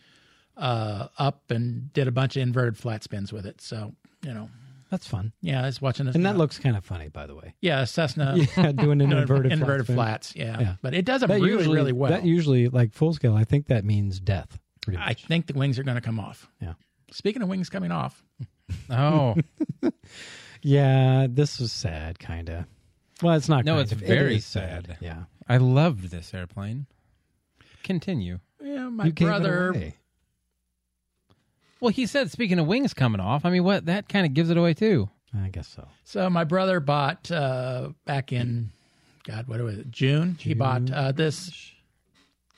[SPEAKER 4] uh, up and did a bunch of inverted flat spins with it. So you know,
[SPEAKER 3] That's fun,
[SPEAKER 4] yeah, I was watching this.
[SPEAKER 3] and that looks kind of funny, by the way.
[SPEAKER 4] yeah, Cessna
[SPEAKER 3] yeah, doing an
[SPEAKER 4] no,
[SPEAKER 3] inverted
[SPEAKER 4] inverted,
[SPEAKER 3] flat spin.
[SPEAKER 4] flats. Yeah.
[SPEAKER 3] Yeah.
[SPEAKER 4] but it does them really
[SPEAKER 3] usually,
[SPEAKER 4] really well.
[SPEAKER 3] That usually, like full scale, I think that means death. Pretty
[SPEAKER 4] I
[SPEAKER 3] much.
[SPEAKER 4] think the wings are going to come off.
[SPEAKER 3] Yeah.
[SPEAKER 4] Speaking of wings coming off,
[SPEAKER 2] Oh
[SPEAKER 3] yeah, this is sad, kind of. Well, it's not.
[SPEAKER 2] No,
[SPEAKER 3] kind
[SPEAKER 2] it's
[SPEAKER 3] of. It
[SPEAKER 2] very
[SPEAKER 3] is
[SPEAKER 2] sad.
[SPEAKER 3] Yeah,
[SPEAKER 2] I loved this airplane. Continue.
[SPEAKER 4] yeah, my
[SPEAKER 3] You gave it
[SPEAKER 4] brother.
[SPEAKER 3] away.
[SPEAKER 2] Well, he said, speaking of wings coming off, I mean, what that kind of gives it away too.
[SPEAKER 3] I guess so.
[SPEAKER 4] So my brother bought uh, back in God, what was it? June. He bought uh, this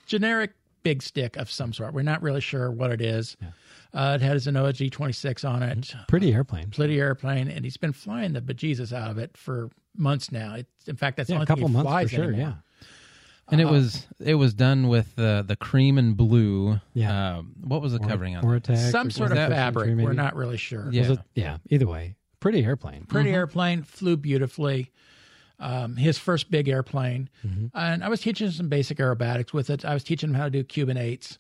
[SPEAKER 4] generic big stick of some sort. We're not really sure what it is. Uh, it has an OG 26 on it.
[SPEAKER 3] Pretty airplane.
[SPEAKER 4] Plity airplane, and he's been flying the bejesus out of it for months now. It, in fact, that's the
[SPEAKER 3] Yeah, a
[SPEAKER 4] only thing
[SPEAKER 3] couple
[SPEAKER 4] he
[SPEAKER 3] months
[SPEAKER 4] flies
[SPEAKER 3] for sure.
[SPEAKER 4] anymore.
[SPEAKER 3] Yeah.
[SPEAKER 2] And
[SPEAKER 3] Uh-huh.
[SPEAKER 2] it was it was done with uh, the cream and blue.
[SPEAKER 3] Yeah.
[SPEAKER 2] Um, what was the covering on?
[SPEAKER 3] Or
[SPEAKER 2] it?
[SPEAKER 3] attack.
[SPEAKER 4] some sort of
[SPEAKER 2] that
[SPEAKER 4] fabric. We're not really sure.
[SPEAKER 2] Yeah.
[SPEAKER 3] Yeah. yeah. Either way, pretty airplane.
[SPEAKER 4] Pretty airplane, flew beautifully. Um, his first big airplane, and I was teaching some basic aerobatics with it. I was teaching him how to do Cuban 8s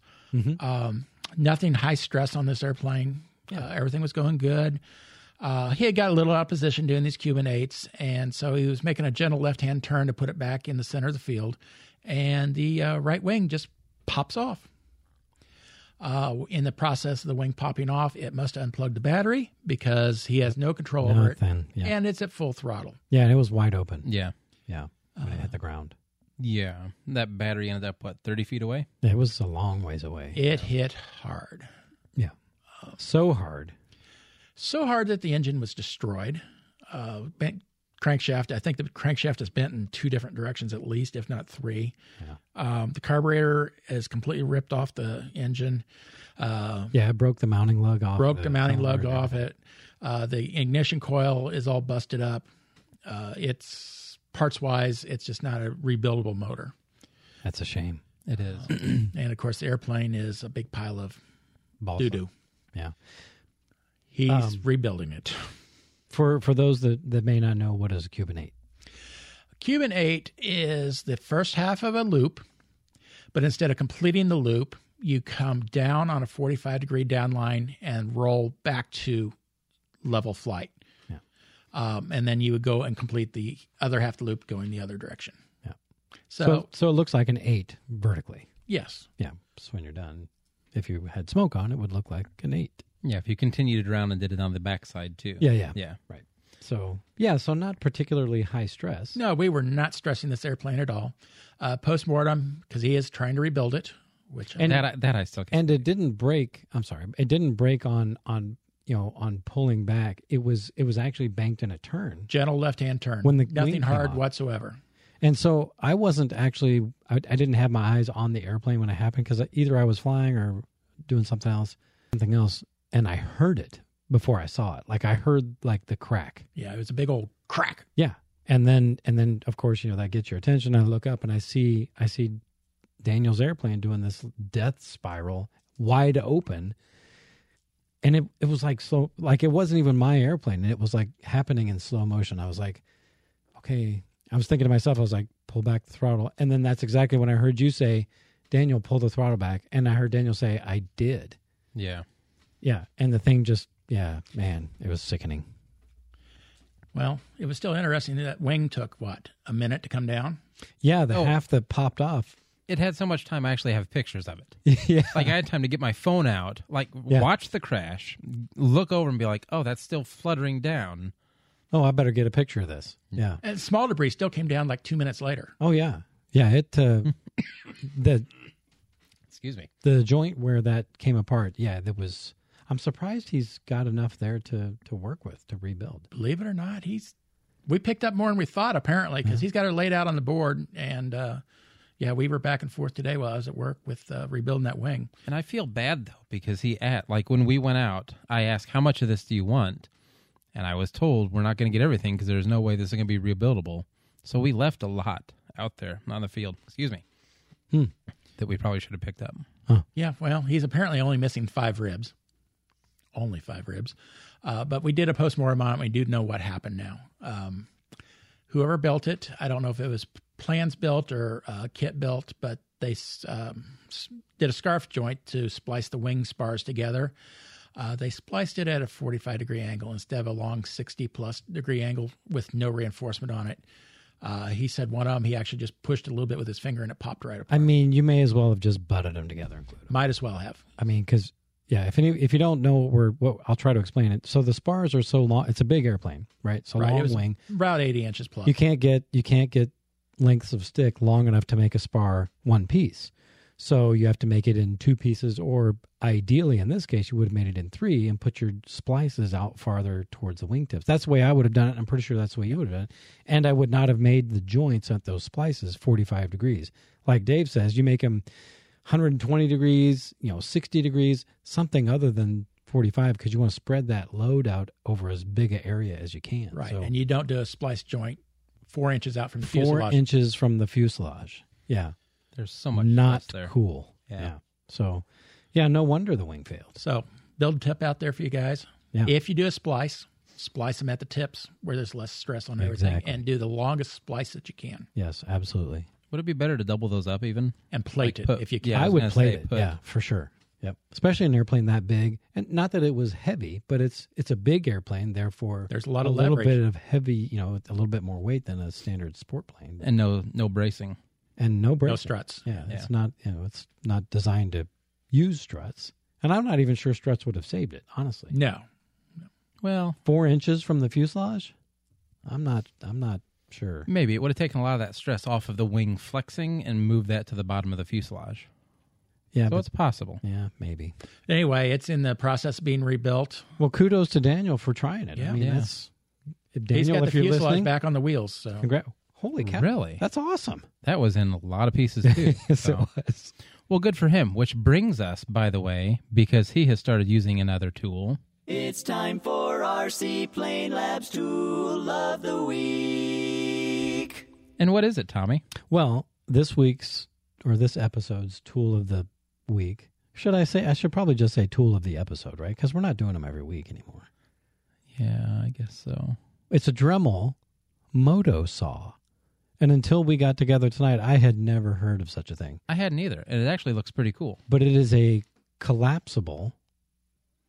[SPEAKER 4] Um, nothing high stress on this airplane. Uh, everything was going good. Uh, he had got a little out of position doing these Cuban eights, and so he was making a gentle left hand turn to put it back in the center of the field, and the uh, right wing just pops off. Uh, in the process of the wing popping off, it must unplug the battery because he has no control over it,
[SPEAKER 3] Nothing. Yeah.
[SPEAKER 4] and it's at full throttle.
[SPEAKER 3] yeah. And it was wide open.
[SPEAKER 2] Yeah,
[SPEAKER 3] Yeah. When it hit the ground.
[SPEAKER 2] yeah. That battery ended up what thirty feet away.
[SPEAKER 3] It was a long ways away.
[SPEAKER 4] It hit hard,
[SPEAKER 3] yeah. So hard.
[SPEAKER 4] so hard that the engine was destroyed. Uh, bent crankshaft. I think the crankshaft is bent in two different directions at least, if not three. Um, the carburetor is completely ripped off the engine. Uh,
[SPEAKER 3] Yeah. It broke the mounting lug off.
[SPEAKER 4] broke the mounting lug
[SPEAKER 3] cylinder.
[SPEAKER 4] off it. Uh, the ignition coil is all busted up. Uh, it's parts wise, it's just not a rebuildable motor.
[SPEAKER 3] That's a shame.
[SPEAKER 2] It is.
[SPEAKER 4] And of course, the airplane is a big pile of
[SPEAKER 3] Balsa.
[SPEAKER 4] doo doo.
[SPEAKER 3] Yeah.
[SPEAKER 4] He's rebuilding it.
[SPEAKER 3] For for those that, that may not know, what is a Cuban eight?
[SPEAKER 4] Cuban 8 is the first half of a loop, but instead of completing the loop, you come down on a 45 degree down line and roll back to level flight.
[SPEAKER 3] Yeah.
[SPEAKER 4] Um, and then you would go and complete the other half of the loop going the other direction.
[SPEAKER 3] Yeah.
[SPEAKER 4] So,
[SPEAKER 3] so so it looks like an eight vertically.
[SPEAKER 4] yes.
[SPEAKER 3] Yeah. So when you're done, if you had smoke on, it would look like an eight.
[SPEAKER 2] Yeah, if you continued it around and did it on the backside too.
[SPEAKER 3] Yeah, yeah.
[SPEAKER 2] yeah.
[SPEAKER 3] Right. So yeah, so not particularly high stress.
[SPEAKER 4] No, we were not stressing this airplane at all. Uh, Post mortem, because he is trying to rebuild it, which
[SPEAKER 3] And-
[SPEAKER 2] that I, that I still can.
[SPEAKER 3] And it didn't break. I'm sorry, it didn't break on on you know on pulling back. It was it was actually banked in a turn.
[SPEAKER 4] gentle left hand turn.
[SPEAKER 3] When the wing
[SPEAKER 4] Nothing
[SPEAKER 3] came
[SPEAKER 4] hard
[SPEAKER 3] off.
[SPEAKER 4] whatsoever.
[SPEAKER 3] And so I wasn't actually I, I didn't have my eyes on the airplane when it happened because either I was flying or doing something else, something else, and I heard it before I saw it. Like I heard like the crack.
[SPEAKER 4] Yeah, it was a big old crack.
[SPEAKER 3] Yeah. And then and then of course, you know, that gets your attention. I look up and I see I see Daniel's airplane doing this death spiral wide open. And it it was like slow like it wasn't even my airplane. It was like happening in slow motion. I was like, okay. I was thinking to myself, I was like, pull back the throttle. And then that's exactly when I heard you say, Daniel, pull the throttle back. And I heard Daniel say, I did.
[SPEAKER 2] Yeah,
[SPEAKER 3] Yeah. And the thing just yeah, man, it was sickening.
[SPEAKER 4] Well, it was still interesting that, that wing took what a minute to come down.
[SPEAKER 3] Yeah, the
[SPEAKER 2] Oh.
[SPEAKER 3] half that popped off.
[SPEAKER 2] It had so much time. I actually have pictures of it.
[SPEAKER 3] yeah.
[SPEAKER 2] Like I had time to get my phone out, like
[SPEAKER 3] Yeah.
[SPEAKER 2] watch the crash, look over and be like, "Oh, that's still fluttering down."
[SPEAKER 3] Oh, I better get a picture of this. Yeah.
[SPEAKER 4] And small debris still came down like two minutes later.
[SPEAKER 3] Oh yeah. Yeah, it uh the
[SPEAKER 2] Excuse me.
[SPEAKER 3] the joint where that came apart, yeah, that was I'm surprised he's got enough there to to work with to rebuild.
[SPEAKER 4] Believe it or not, he's we picked up more than we thought apparently because he's got her laid out on the board and. uh yeah, we were back and forth today while I was at work with uh, rebuilding that wing.
[SPEAKER 2] And I feel bad though because he at like when we went out, I asked how much of this do you want, and I was told we're not going to get everything because there's no way this is going to be rebuildable. So we left a lot out there on the field. Excuse me.
[SPEAKER 3] Hmm.
[SPEAKER 2] That we probably should have picked up.
[SPEAKER 4] Yeah, well, he's apparently only missing five ribs, only five ribs. Uh, but we did a postmortem on it. We do know what happened now. Um, whoever built it, I don't know if it was plans built or uh, kit built, but they um, s- did a scarf joint to splice the wing spars together. Uh, they spliced it at a 45 degree angle instead of a long 60 plus degree angle with no reinforcement on it. Uh, he said one of them, he actually just pushed a little bit with his finger and it popped right apart.
[SPEAKER 3] I mean, you may as well have just butted them together and glued 'em.
[SPEAKER 4] Might as well have.
[SPEAKER 3] I mean, because yeah, if any if you don't know what we're what I'll try to explain it. So the spars are so long. It's a big airplane, right? So
[SPEAKER 4] Right, it
[SPEAKER 3] long
[SPEAKER 4] was-
[SPEAKER 3] wing.
[SPEAKER 4] About 80 inches plus.
[SPEAKER 3] You can't get you can't get lengths of stick long enough to make a spar one piece. So you have to make it in two pieces, or ideally, in this case, you would have made it in three and put your splices out farther towards the wingtips. That's the way I would have done it. I'm pretty sure that's the way you would have done it. And I would not have made the joints at those splices 45 degrees. Like Dave says, you make them 120 degrees, you know, 60 degrees, something other than 45, because you want to spread that load out over as big an area as you can.
[SPEAKER 4] Right,
[SPEAKER 3] So-
[SPEAKER 4] and you don't do a splice joint four inches out from the
[SPEAKER 3] four
[SPEAKER 4] fuselage.
[SPEAKER 3] inches from the fuselage. Yeah,
[SPEAKER 2] There's so much
[SPEAKER 3] not
[SPEAKER 2] stress there.
[SPEAKER 3] cool.
[SPEAKER 2] Yeah.
[SPEAKER 3] So, yeah, no wonder the wing failed.
[SPEAKER 4] so build tip out there for you guys.
[SPEAKER 3] Yeah.
[SPEAKER 4] If you do a splice, splice them at the tips where there's less stress on everything,
[SPEAKER 3] Exactly.
[SPEAKER 4] and do the longest splice that you can,
[SPEAKER 3] Yes, absolutely.
[SPEAKER 2] Would it be better to double those up even?
[SPEAKER 4] and
[SPEAKER 2] Like
[SPEAKER 4] plate it
[SPEAKER 2] put-
[SPEAKER 4] if you can.
[SPEAKER 2] yeah. I
[SPEAKER 3] I
[SPEAKER 2] was
[SPEAKER 3] would
[SPEAKER 2] gonna
[SPEAKER 3] play
[SPEAKER 2] say,
[SPEAKER 3] it.
[SPEAKER 2] put-
[SPEAKER 3] Yeah, for sure. Yep. Especially an airplane that big, and not that it was heavy, but it's it's a big airplane. Therefore,
[SPEAKER 4] There's a lot
[SPEAKER 3] a
[SPEAKER 4] of
[SPEAKER 3] little
[SPEAKER 4] leverage.
[SPEAKER 3] bit of heavy, you know, a little bit more weight than a standard sport plane,
[SPEAKER 2] And no no bracing.
[SPEAKER 3] and no brakes.
[SPEAKER 4] no struts.
[SPEAKER 3] Yeah,
[SPEAKER 2] Yeah.
[SPEAKER 3] it's not you know it's not designed to use struts, and I'm not even sure struts would have saved it. Honestly,
[SPEAKER 4] No,
[SPEAKER 2] Well,
[SPEAKER 3] four inches from the fuselage, I'm not I'm not sure.
[SPEAKER 2] maybe it would have taken a lot of that stress off of the wing flexing and moved that to the bottom of the fuselage.
[SPEAKER 3] Yeah,
[SPEAKER 2] So
[SPEAKER 3] but
[SPEAKER 2] it's possible.
[SPEAKER 3] Yeah, maybe.
[SPEAKER 4] anyway, it's in the process of being rebuilt.
[SPEAKER 3] Well, kudos to Daniel for trying it. I
[SPEAKER 4] Yeah.
[SPEAKER 3] mean,
[SPEAKER 2] Yeah.
[SPEAKER 3] that's if
[SPEAKER 4] He's
[SPEAKER 3] Daniel,
[SPEAKER 4] got
[SPEAKER 3] if
[SPEAKER 4] the
[SPEAKER 3] you're
[SPEAKER 4] fuselage
[SPEAKER 3] listening,
[SPEAKER 4] back on the wheels. So
[SPEAKER 3] congra- Holy cow!
[SPEAKER 2] Really?
[SPEAKER 3] That's awesome. Oh.
[SPEAKER 2] That was in a lot of pieces too.
[SPEAKER 3] Yes,
[SPEAKER 2] so.
[SPEAKER 3] it was.
[SPEAKER 2] Well, good for him, which brings us, by the way, because he has started using another tool.
[SPEAKER 5] It's time for RC Plane Labs Tool of the Week.
[SPEAKER 2] And what is it, Tommy?
[SPEAKER 3] Well, this week's or this episode's tool of the week. Should I say? I should probably just say tool of the episode, right? Because we're not doing them every week anymore.
[SPEAKER 2] Yeah, I guess so.
[SPEAKER 3] It's a Dremel moto saw, and until we got together tonight, I had never heard of such a thing.
[SPEAKER 2] I hadn't either, and it actually looks pretty cool.
[SPEAKER 3] but it is a collapsible,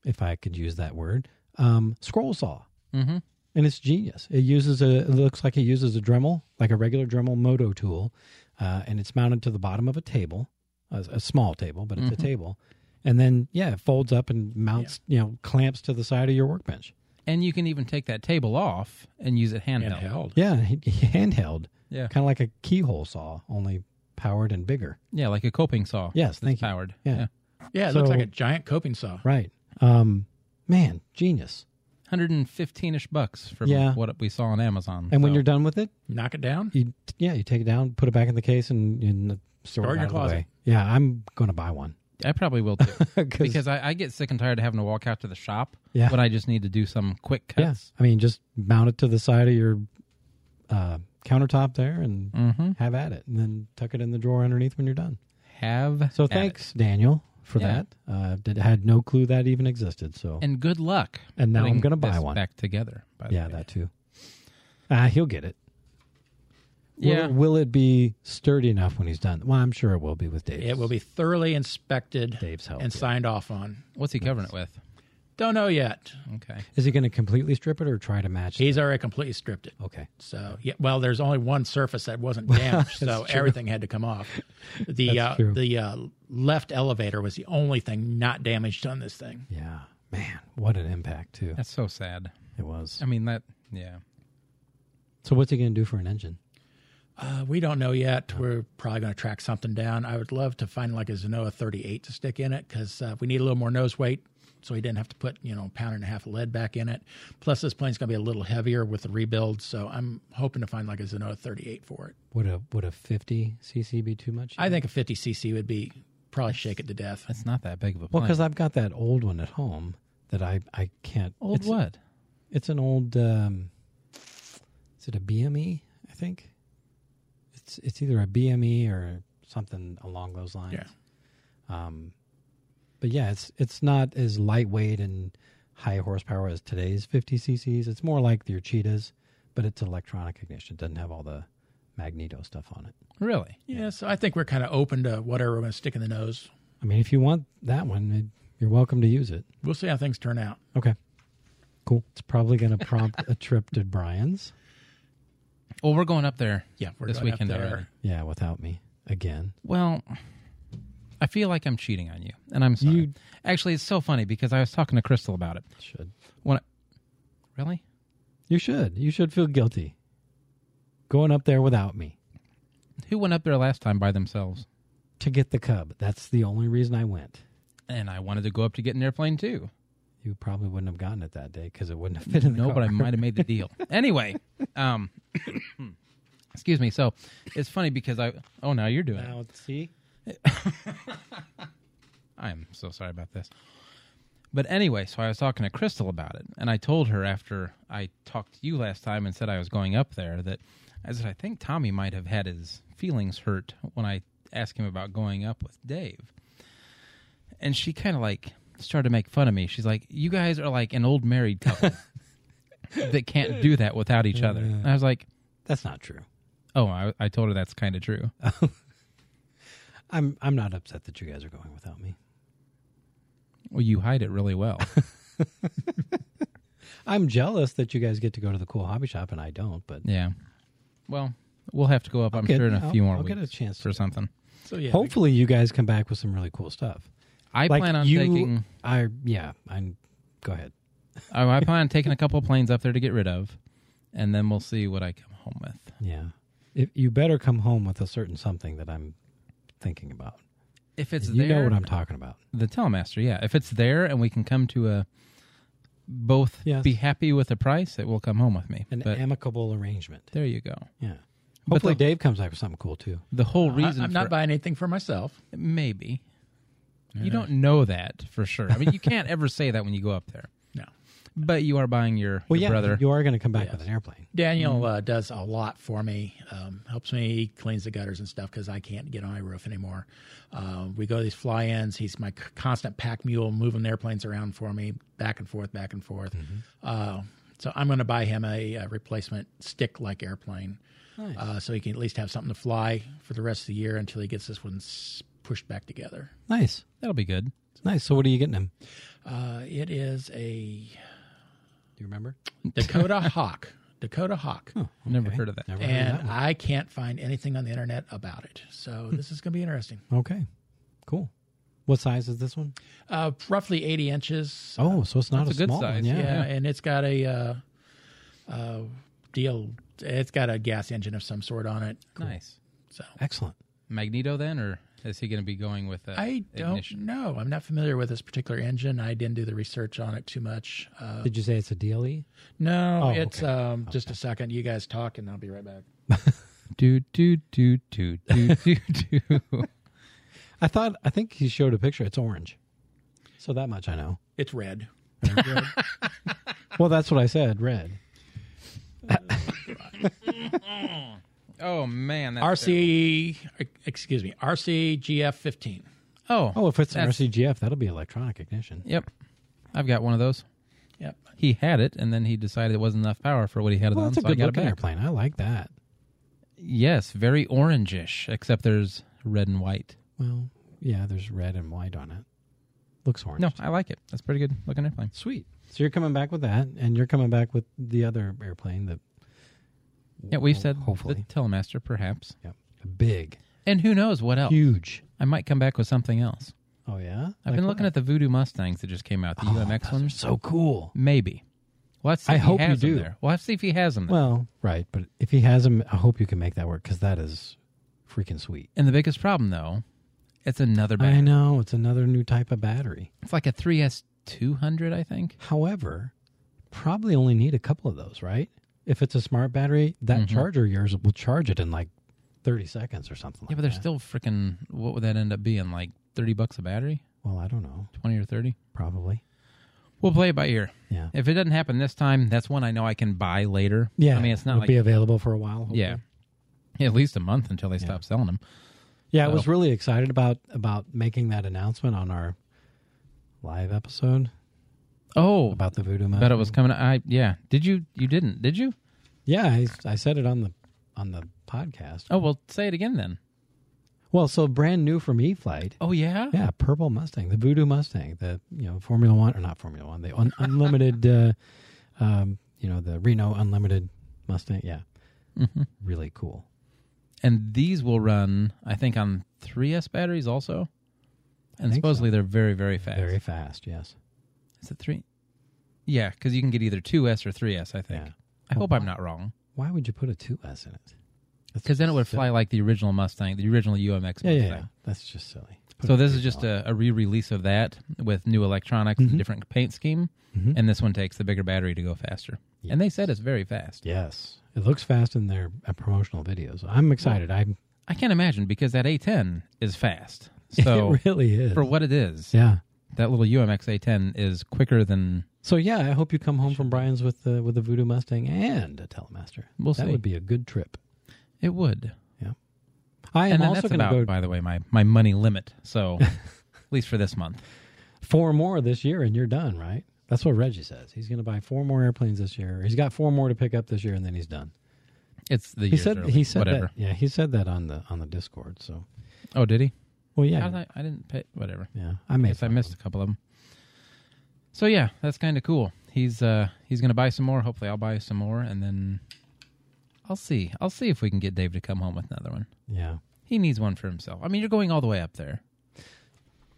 [SPEAKER 3] if I could use that word, um, scroll saw,
[SPEAKER 2] Mm-hmm.
[SPEAKER 3] and it's genius. It uses a, it looks like it uses a Dremel, like a regular Dremel moto tool, uh, and it's mounted to the bottom of a table, a, a small table, but it's
[SPEAKER 2] Mm-hmm.
[SPEAKER 3] a table, and then yeah, it folds up and mounts, you know, clamps to the side of your workbench.
[SPEAKER 2] And you can even take that table off and use it handheld.
[SPEAKER 4] handheld.
[SPEAKER 3] Yeah, handheld,
[SPEAKER 2] Yeah,
[SPEAKER 3] kind of like a keyhole saw, only powered and bigger.
[SPEAKER 2] yeah, like a coping saw.
[SPEAKER 3] Yes,
[SPEAKER 2] that's
[SPEAKER 3] thank you.
[SPEAKER 2] powered.
[SPEAKER 3] Yeah.
[SPEAKER 4] Yeah, it
[SPEAKER 3] So-
[SPEAKER 4] looks like a giant coping saw.
[SPEAKER 3] Right, um, man, genius.
[SPEAKER 2] hundred and fifteen ish bucks from
[SPEAKER 3] Yeah.
[SPEAKER 2] what we saw on Amazon.
[SPEAKER 3] And when
[SPEAKER 2] So-
[SPEAKER 3] you're done with it,
[SPEAKER 4] Knock it down.
[SPEAKER 3] you yeah you take it down put it back in the case and, and store,
[SPEAKER 4] Store
[SPEAKER 3] it
[SPEAKER 4] in
[SPEAKER 3] out
[SPEAKER 4] your
[SPEAKER 3] of the way.
[SPEAKER 4] closet.
[SPEAKER 3] yeah i'm gonna buy one
[SPEAKER 2] I probably will too,
[SPEAKER 3] because
[SPEAKER 2] because I, I get sick and tired of having to walk out to the shop
[SPEAKER 3] Yeah.
[SPEAKER 2] when I just need to do some quick
[SPEAKER 3] yeah
[SPEAKER 2] cuts.
[SPEAKER 3] i mean just mount it to the side of your uh, countertop there and
[SPEAKER 2] hmm
[SPEAKER 3] have at it and then tuck it in the drawer underneath when you're done
[SPEAKER 2] Have
[SPEAKER 3] so
[SPEAKER 2] at it.
[SPEAKER 3] thanks daniel for
[SPEAKER 2] Yeah.
[SPEAKER 3] that uh did, had no clue that even existed so
[SPEAKER 2] and good luck.
[SPEAKER 3] And now I'm
[SPEAKER 2] putting
[SPEAKER 3] gonna buy
[SPEAKER 2] this
[SPEAKER 3] one.
[SPEAKER 2] back together. By the
[SPEAKER 3] yeah
[SPEAKER 2] way.
[SPEAKER 3] that too ah he'll get it Will-
[SPEAKER 2] Yeah.
[SPEAKER 3] will, it be sturdy enough when he's done well i'm sure it will be with dave
[SPEAKER 4] It will be thoroughly inspected
[SPEAKER 3] Dave's help,
[SPEAKER 4] and
[SPEAKER 3] yeah.
[SPEAKER 4] signed off on.
[SPEAKER 2] What's he covering it with?
[SPEAKER 4] Don't know yet.
[SPEAKER 2] Okay.
[SPEAKER 3] Is he going to completely strip it or try to match?
[SPEAKER 4] He's already completely stripped it.
[SPEAKER 3] okay.
[SPEAKER 4] So yeah, well, there's only one surface that wasn't damaged, so everything had to come off. The
[SPEAKER 3] That's
[SPEAKER 4] uh,
[SPEAKER 3] true.
[SPEAKER 4] the uh, left elevator was the only thing not damaged on this thing.
[SPEAKER 3] Yeah. Man, what an impact too.
[SPEAKER 2] That's so sad.
[SPEAKER 3] It was.
[SPEAKER 2] I mean that. Yeah.
[SPEAKER 3] So what's he going to do for an engine?
[SPEAKER 4] Uh, we don't know yet. We're probably going to track something down. I would love to find like a Zenoa 38 to stick in it because uh, we need a little more nose weight, so he didn't have to put you know a pound and a half of lead back in it. Plus, this plane's going to be a little heavier with the rebuild, so I'm hoping to find like a Zenoa 38 for it.
[SPEAKER 3] Would a would a 50 cc be too much?
[SPEAKER 4] I think a 50 cc would be probably shake it to death.
[SPEAKER 2] That's not that big of a.
[SPEAKER 3] well,
[SPEAKER 2] plane.
[SPEAKER 3] because I've got that old one at home that I I can't.
[SPEAKER 2] old
[SPEAKER 3] it's,
[SPEAKER 2] what?
[SPEAKER 3] It's an old. Um, is it a BME? I think. It's it's either a BME or something along those lines.
[SPEAKER 4] Yeah.
[SPEAKER 3] Um, but yeah, it's it's not as lightweight and high horsepower as today's 50 cc's. It's more like your Cheetahs, but it's electronic ignition. It doesn't have all the magneto stuff on it.
[SPEAKER 2] Really?
[SPEAKER 4] Yeah, so I think we're kind of open to whatever we're going to stick in the nose.
[SPEAKER 3] I mean, if you want that one, it- you're welcome to use it.
[SPEAKER 4] We'll see how things turn out.
[SPEAKER 3] Okay. Cool. It's probably going to prompt a trip to Brian's.
[SPEAKER 2] Well, we're going up there.
[SPEAKER 4] Yeah, we're
[SPEAKER 2] this
[SPEAKER 4] going up
[SPEAKER 2] weekend
[SPEAKER 4] there.
[SPEAKER 2] already.
[SPEAKER 3] Yeah, without me again.
[SPEAKER 2] Well, I feel like I'm cheating on you, and I'm sorry.
[SPEAKER 3] You-
[SPEAKER 2] Actually, it's so funny because I was talking to Crystal about it.
[SPEAKER 3] Should.
[SPEAKER 2] When I, really?
[SPEAKER 3] You should. You should feel guilty going up there without me
[SPEAKER 2] Who went up there last time by themselves?
[SPEAKER 3] to get the cub. That's the only reason I went.
[SPEAKER 2] And I wanted to go up to get an airplane too.
[SPEAKER 3] You probably wouldn't have gotten it that day because it wouldn't have fit in the
[SPEAKER 2] No, but I
[SPEAKER 3] car.
[SPEAKER 2] might have made the deal. anyway, um, excuse me. So it's funny because I. Oh, now you're doing. it.
[SPEAKER 3] Now, see?
[SPEAKER 2] I'm so sorry about this. But anyway, so I was talking to Crystal about it, and I told her after I talked to you last time and said I was going up there that I said I think Tommy might have had his feelings hurt when I asked him about going up with Dave. And she kind of like started to make fun of me. She's like, "You guys are like an old married couple that can't do that without each other." And I was like,
[SPEAKER 3] That's not true.
[SPEAKER 2] "Oh, I, I told her that's kind of true."
[SPEAKER 3] I'm I'm not upset that you guys are going without me.
[SPEAKER 2] Well, you hide it really well.
[SPEAKER 3] I'm jealous that you guys get to go to the cool hobby shop and I don't, but
[SPEAKER 2] Yeah. Well, we'll have to go up. I'm
[SPEAKER 3] get-
[SPEAKER 2] sure in a
[SPEAKER 3] I'll-
[SPEAKER 2] few more
[SPEAKER 3] I'll
[SPEAKER 2] weeks
[SPEAKER 3] get a chance to
[SPEAKER 2] for
[SPEAKER 3] do
[SPEAKER 2] something.
[SPEAKER 4] So yeah,
[SPEAKER 3] hopefully you guys come back with some really cool stuff.
[SPEAKER 2] I
[SPEAKER 3] like
[SPEAKER 2] plan on
[SPEAKER 3] you,
[SPEAKER 2] taking.
[SPEAKER 3] I yeah, I go ahead.
[SPEAKER 2] I, I plan on taking a couple of planes up there to get rid of, and then we'll see what I come home with.
[SPEAKER 3] Yeah. If you better come home with a certain something that I'm thinking about.
[SPEAKER 2] If it's
[SPEAKER 3] you
[SPEAKER 2] there,
[SPEAKER 3] know what I'm talking about.
[SPEAKER 2] the telemaster. Yeah, if it's there and we can come to a both
[SPEAKER 3] Yes.
[SPEAKER 2] be happy with the price, it will come home with me.
[SPEAKER 3] An
[SPEAKER 2] but
[SPEAKER 3] amicable arrangement.
[SPEAKER 2] there you go.
[SPEAKER 3] Yeah. Hopefully
[SPEAKER 2] the-
[SPEAKER 3] Dave comes back with something cool too.
[SPEAKER 2] The whole
[SPEAKER 4] I,
[SPEAKER 2] reason
[SPEAKER 4] am not
[SPEAKER 2] for-
[SPEAKER 4] buying anything for myself.
[SPEAKER 2] maybe you don't know that for sure. I mean, you can't ever say that when you go up there.
[SPEAKER 4] No,
[SPEAKER 2] But you are buying your,
[SPEAKER 3] Well,
[SPEAKER 2] your
[SPEAKER 3] yeah,
[SPEAKER 2] brother.
[SPEAKER 3] you are going to come back with an airplane.
[SPEAKER 4] Daniel uh, does a lot for me. Um, helps me cleans the gutters and stuff because I can't get on my roof anymore. Uh, we go to these fly-ins. He's my c- constant pack mule, moving airplanes around for me, back and forth, back and forth. Uh, so I'm going to buy him a, uh replacement stick-like airplane. Uh, so he can at least have something to fly for the rest of the year until he gets this one s- pushed back together.
[SPEAKER 3] Nice.
[SPEAKER 2] That'll be good.
[SPEAKER 3] Nice. So what are you getting him?
[SPEAKER 4] Uh, it is a
[SPEAKER 3] Do you remember? Oh,
[SPEAKER 4] Dakota Hawk. Dakota Hawk.
[SPEAKER 2] Never heard of that.
[SPEAKER 3] Never heard of
[SPEAKER 4] And
[SPEAKER 3] that one.
[SPEAKER 4] I can't find anything on the internet about it. So
[SPEAKER 3] Hmm.
[SPEAKER 4] this is going to be interesting.
[SPEAKER 3] Okay. Cool. What size is this one?
[SPEAKER 4] Uh, roughly 80 inches.
[SPEAKER 3] Oh, so it's not
[SPEAKER 2] That's
[SPEAKER 3] a
[SPEAKER 2] a good
[SPEAKER 3] small
[SPEAKER 2] size,
[SPEAKER 3] one. Yeah.
[SPEAKER 4] yeah, And it's got a uh, uh, deal. It's got a gas engine of some sort on it.
[SPEAKER 2] Nice.
[SPEAKER 4] So
[SPEAKER 3] Excellent.
[SPEAKER 2] Magneto then, or is he going to be going with uh,
[SPEAKER 4] I don't
[SPEAKER 2] ignition?
[SPEAKER 4] know. I'm not familiar with this particular engine. I didn't do the research on it too much. Uh,
[SPEAKER 3] Did you say it's a DLE?
[SPEAKER 4] no,
[SPEAKER 3] Oh,
[SPEAKER 4] it's
[SPEAKER 3] okay.
[SPEAKER 4] um, just a second. You guys talk, and I'll be right back.
[SPEAKER 2] Do do do do do do do.
[SPEAKER 3] I thought I think he showed a picture. It's orange. So that much I know.
[SPEAKER 4] It's red.
[SPEAKER 3] Well, that's what I said. Red.
[SPEAKER 2] Oh man, that's
[SPEAKER 4] RC, excuse me, RCGF 15.
[SPEAKER 2] terrible. Oh
[SPEAKER 3] Oh, if it's an
[SPEAKER 2] That's-
[SPEAKER 3] RCGF, that'll be electronic ignition.
[SPEAKER 2] yep, I've got one of those.
[SPEAKER 4] Yep.
[SPEAKER 2] He had it, and then he decided it wasn't enough power for what he had it
[SPEAKER 3] Well,
[SPEAKER 2] on,
[SPEAKER 3] that's a
[SPEAKER 2] so I
[SPEAKER 3] good
[SPEAKER 2] got it
[SPEAKER 3] looking
[SPEAKER 2] back.
[SPEAKER 3] airplane. I like that.
[SPEAKER 2] Yes, very orangish, except there's red and white.
[SPEAKER 3] Well, yeah, there's red and white on it. Looks orange.
[SPEAKER 2] No, I like it. That's pretty good looking airplane.
[SPEAKER 3] Sweet. So you're coming back with that, and you're coming back with the other airplane, the
[SPEAKER 2] Yeah, we've said
[SPEAKER 3] hopefully,
[SPEAKER 2] the Telemaster, perhaps,
[SPEAKER 3] yeah, the big,
[SPEAKER 2] and who knows what else.
[SPEAKER 3] huge.
[SPEAKER 2] I might come back with something else.
[SPEAKER 3] Oh yeah,
[SPEAKER 2] I've been looking at the Voodoo Mustangs that just came out, the UMX ones.
[SPEAKER 3] Oh, so cool.
[SPEAKER 2] Maybe. Well, let's see
[SPEAKER 3] I
[SPEAKER 2] if
[SPEAKER 3] hope
[SPEAKER 2] he
[SPEAKER 3] you
[SPEAKER 2] has them
[SPEAKER 3] do.
[SPEAKER 2] there. Well, let's see if he has them. There.
[SPEAKER 3] Well, right, but if he has them, I hope you can make that work because that is freaking sweet.
[SPEAKER 2] and the biggest problem though, it's another battery.
[SPEAKER 3] I know it's another new type of battery.
[SPEAKER 2] It's like a 3S 200, I think.
[SPEAKER 3] However, probably only need a couple of those, right? If it's a smart battery, that
[SPEAKER 2] Mm-hmm.
[SPEAKER 3] charger of yours will charge it in like thirty seconds or something.
[SPEAKER 2] Yeah,
[SPEAKER 3] like
[SPEAKER 2] but they're
[SPEAKER 3] that.
[SPEAKER 2] still freaking. What would that end up being? Like 30 bucks a battery?
[SPEAKER 3] well, I don't know,
[SPEAKER 2] 20 or 30?
[SPEAKER 3] probably.
[SPEAKER 2] We'll play it by ear.
[SPEAKER 3] Yeah,
[SPEAKER 2] If it doesn't happen this time, that's one I know I can buy later.
[SPEAKER 3] yeah.
[SPEAKER 2] I mean, it's not
[SPEAKER 3] it'll
[SPEAKER 2] like.
[SPEAKER 3] be available for a while. hopefully.
[SPEAKER 2] yeah. At least a month until they stop selling them.
[SPEAKER 3] Yeah, I
[SPEAKER 2] So-
[SPEAKER 3] was really excited about about making that announcement on our live episode
[SPEAKER 2] Oh,
[SPEAKER 3] about the voodoo.
[SPEAKER 2] but
[SPEAKER 3] Mountain.
[SPEAKER 2] it was coming. I yeah. Did you? You didn't? Did you?
[SPEAKER 3] Yeah, I, I said it on the on the podcast.
[SPEAKER 2] Oh well, say it again then.
[SPEAKER 3] Well, so brand new from E-Flight.
[SPEAKER 2] Oh yeah.
[SPEAKER 3] Yeah, purple Mustang, the Voodoo Mustang, the you know Formula One or not Formula One, the un- unlimited, uh, um, you know the Reno unlimited Mustang. Yeah,
[SPEAKER 2] Mm-hmm.
[SPEAKER 3] really cool.
[SPEAKER 2] And these will run, I think, on 3S batteries also. And
[SPEAKER 3] think
[SPEAKER 2] supposedly they're very, very fast.
[SPEAKER 3] Very fast. Yes.
[SPEAKER 2] Is it three? Yeah, because you can get either 2S or 3S, I think.
[SPEAKER 3] Yeah.
[SPEAKER 2] I hope I'm not wrong.
[SPEAKER 3] Why would you put a 2S in it? That's
[SPEAKER 2] Because then it would
[SPEAKER 3] so-
[SPEAKER 2] fly like the original Mustang, the original UMX Mustang.
[SPEAKER 3] Yeah, yeah, yeah. That's just silly. Put
[SPEAKER 2] So
[SPEAKER 3] it
[SPEAKER 2] this
[SPEAKER 3] in
[SPEAKER 2] is just
[SPEAKER 3] your Mm-hmm.
[SPEAKER 2] a, a re-release of that with new electronics, and different paint scheme,
[SPEAKER 3] Mhm.
[SPEAKER 2] and this one takes the bigger battery to go faster. And they said it's very fast.
[SPEAKER 3] Yes, it looks fast in their uh, promotional videos. I'm excited. I'm.
[SPEAKER 2] I can't imagine because that A10 is fast. So
[SPEAKER 3] it really is.
[SPEAKER 2] for what it is,
[SPEAKER 3] yeah.
[SPEAKER 2] that little UMX A10 is quicker than
[SPEAKER 3] So yeah, I hope you come home from Brian's with the with a Voodoo Mustang and a Telemaster.
[SPEAKER 2] We'll
[SPEAKER 3] that
[SPEAKER 2] see.
[SPEAKER 3] would be a good trip.
[SPEAKER 2] it would.
[SPEAKER 3] I am
[SPEAKER 2] and then
[SPEAKER 3] also
[SPEAKER 2] that's
[SPEAKER 3] going to
[SPEAKER 2] about,
[SPEAKER 3] go
[SPEAKER 2] by the way, my my money limit. So, at least for this month.
[SPEAKER 3] four more this year, and you're done, right? That's what Reggie says. He's going to buy four more airplanes this year. He's got four more to pick up this year, and then he's done.
[SPEAKER 2] It's the
[SPEAKER 3] He
[SPEAKER 2] years
[SPEAKER 3] said
[SPEAKER 2] early,
[SPEAKER 3] he said
[SPEAKER 2] whatever.
[SPEAKER 3] that. Yeah, he said that on the on the Discord. So
[SPEAKER 2] Oh, did he?
[SPEAKER 3] well,
[SPEAKER 2] How
[SPEAKER 3] yeah,
[SPEAKER 2] did I, I didn't pay. Whatever.
[SPEAKER 3] yeah. I
[SPEAKER 2] I
[SPEAKER 3] made
[SPEAKER 2] guess I
[SPEAKER 3] fun of
[SPEAKER 2] missed
[SPEAKER 3] him.
[SPEAKER 2] a couple of them. So yeah, that's kind of cool. He's uh he's gonna buy some more. Hopefully, I'll buy some more, and then I'll see. I'll see if we can get Dave to come home with another one.
[SPEAKER 3] Yeah,
[SPEAKER 2] He needs one for himself. I mean, you're going all the way up there.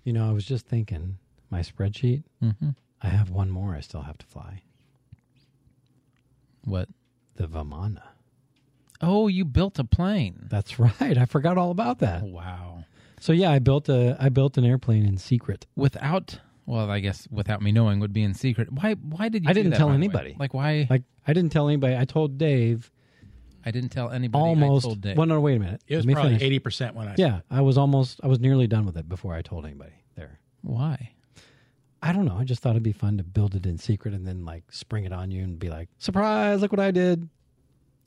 [SPEAKER 3] you know, I was just thinking my spreadsheet.
[SPEAKER 2] Mm-hmm.
[SPEAKER 3] I have one more. I still have to fly
[SPEAKER 2] What?
[SPEAKER 3] the Vamana.
[SPEAKER 2] Oh, you built a plane.
[SPEAKER 3] That's right. I forgot all about that.
[SPEAKER 2] Wow.
[SPEAKER 3] So yeah, I built a I built an airplane in secret.
[SPEAKER 2] Without. Well, I guess without me knowing would be in secret. Why? Why did you?
[SPEAKER 3] I
[SPEAKER 2] do
[SPEAKER 3] didn't
[SPEAKER 2] that,
[SPEAKER 3] tell
[SPEAKER 2] by the way?
[SPEAKER 3] anybody.
[SPEAKER 2] Like why?
[SPEAKER 3] Like I didn't tell anybody. I told Dave
[SPEAKER 2] I didn't tell anybody.
[SPEAKER 3] almost.
[SPEAKER 2] I told Dave.
[SPEAKER 3] Well, no, wait a minute.
[SPEAKER 4] It was
[SPEAKER 3] Let me
[SPEAKER 4] probably
[SPEAKER 3] finish.
[SPEAKER 4] eighty percent when I
[SPEAKER 3] Yeah, I was almost. I was nearly done with it before I told anybody. There.
[SPEAKER 2] Why?
[SPEAKER 3] I don't know. I just thought it'd be fun to build it in secret and then like spring it on you and be like, surprise! Look what I did.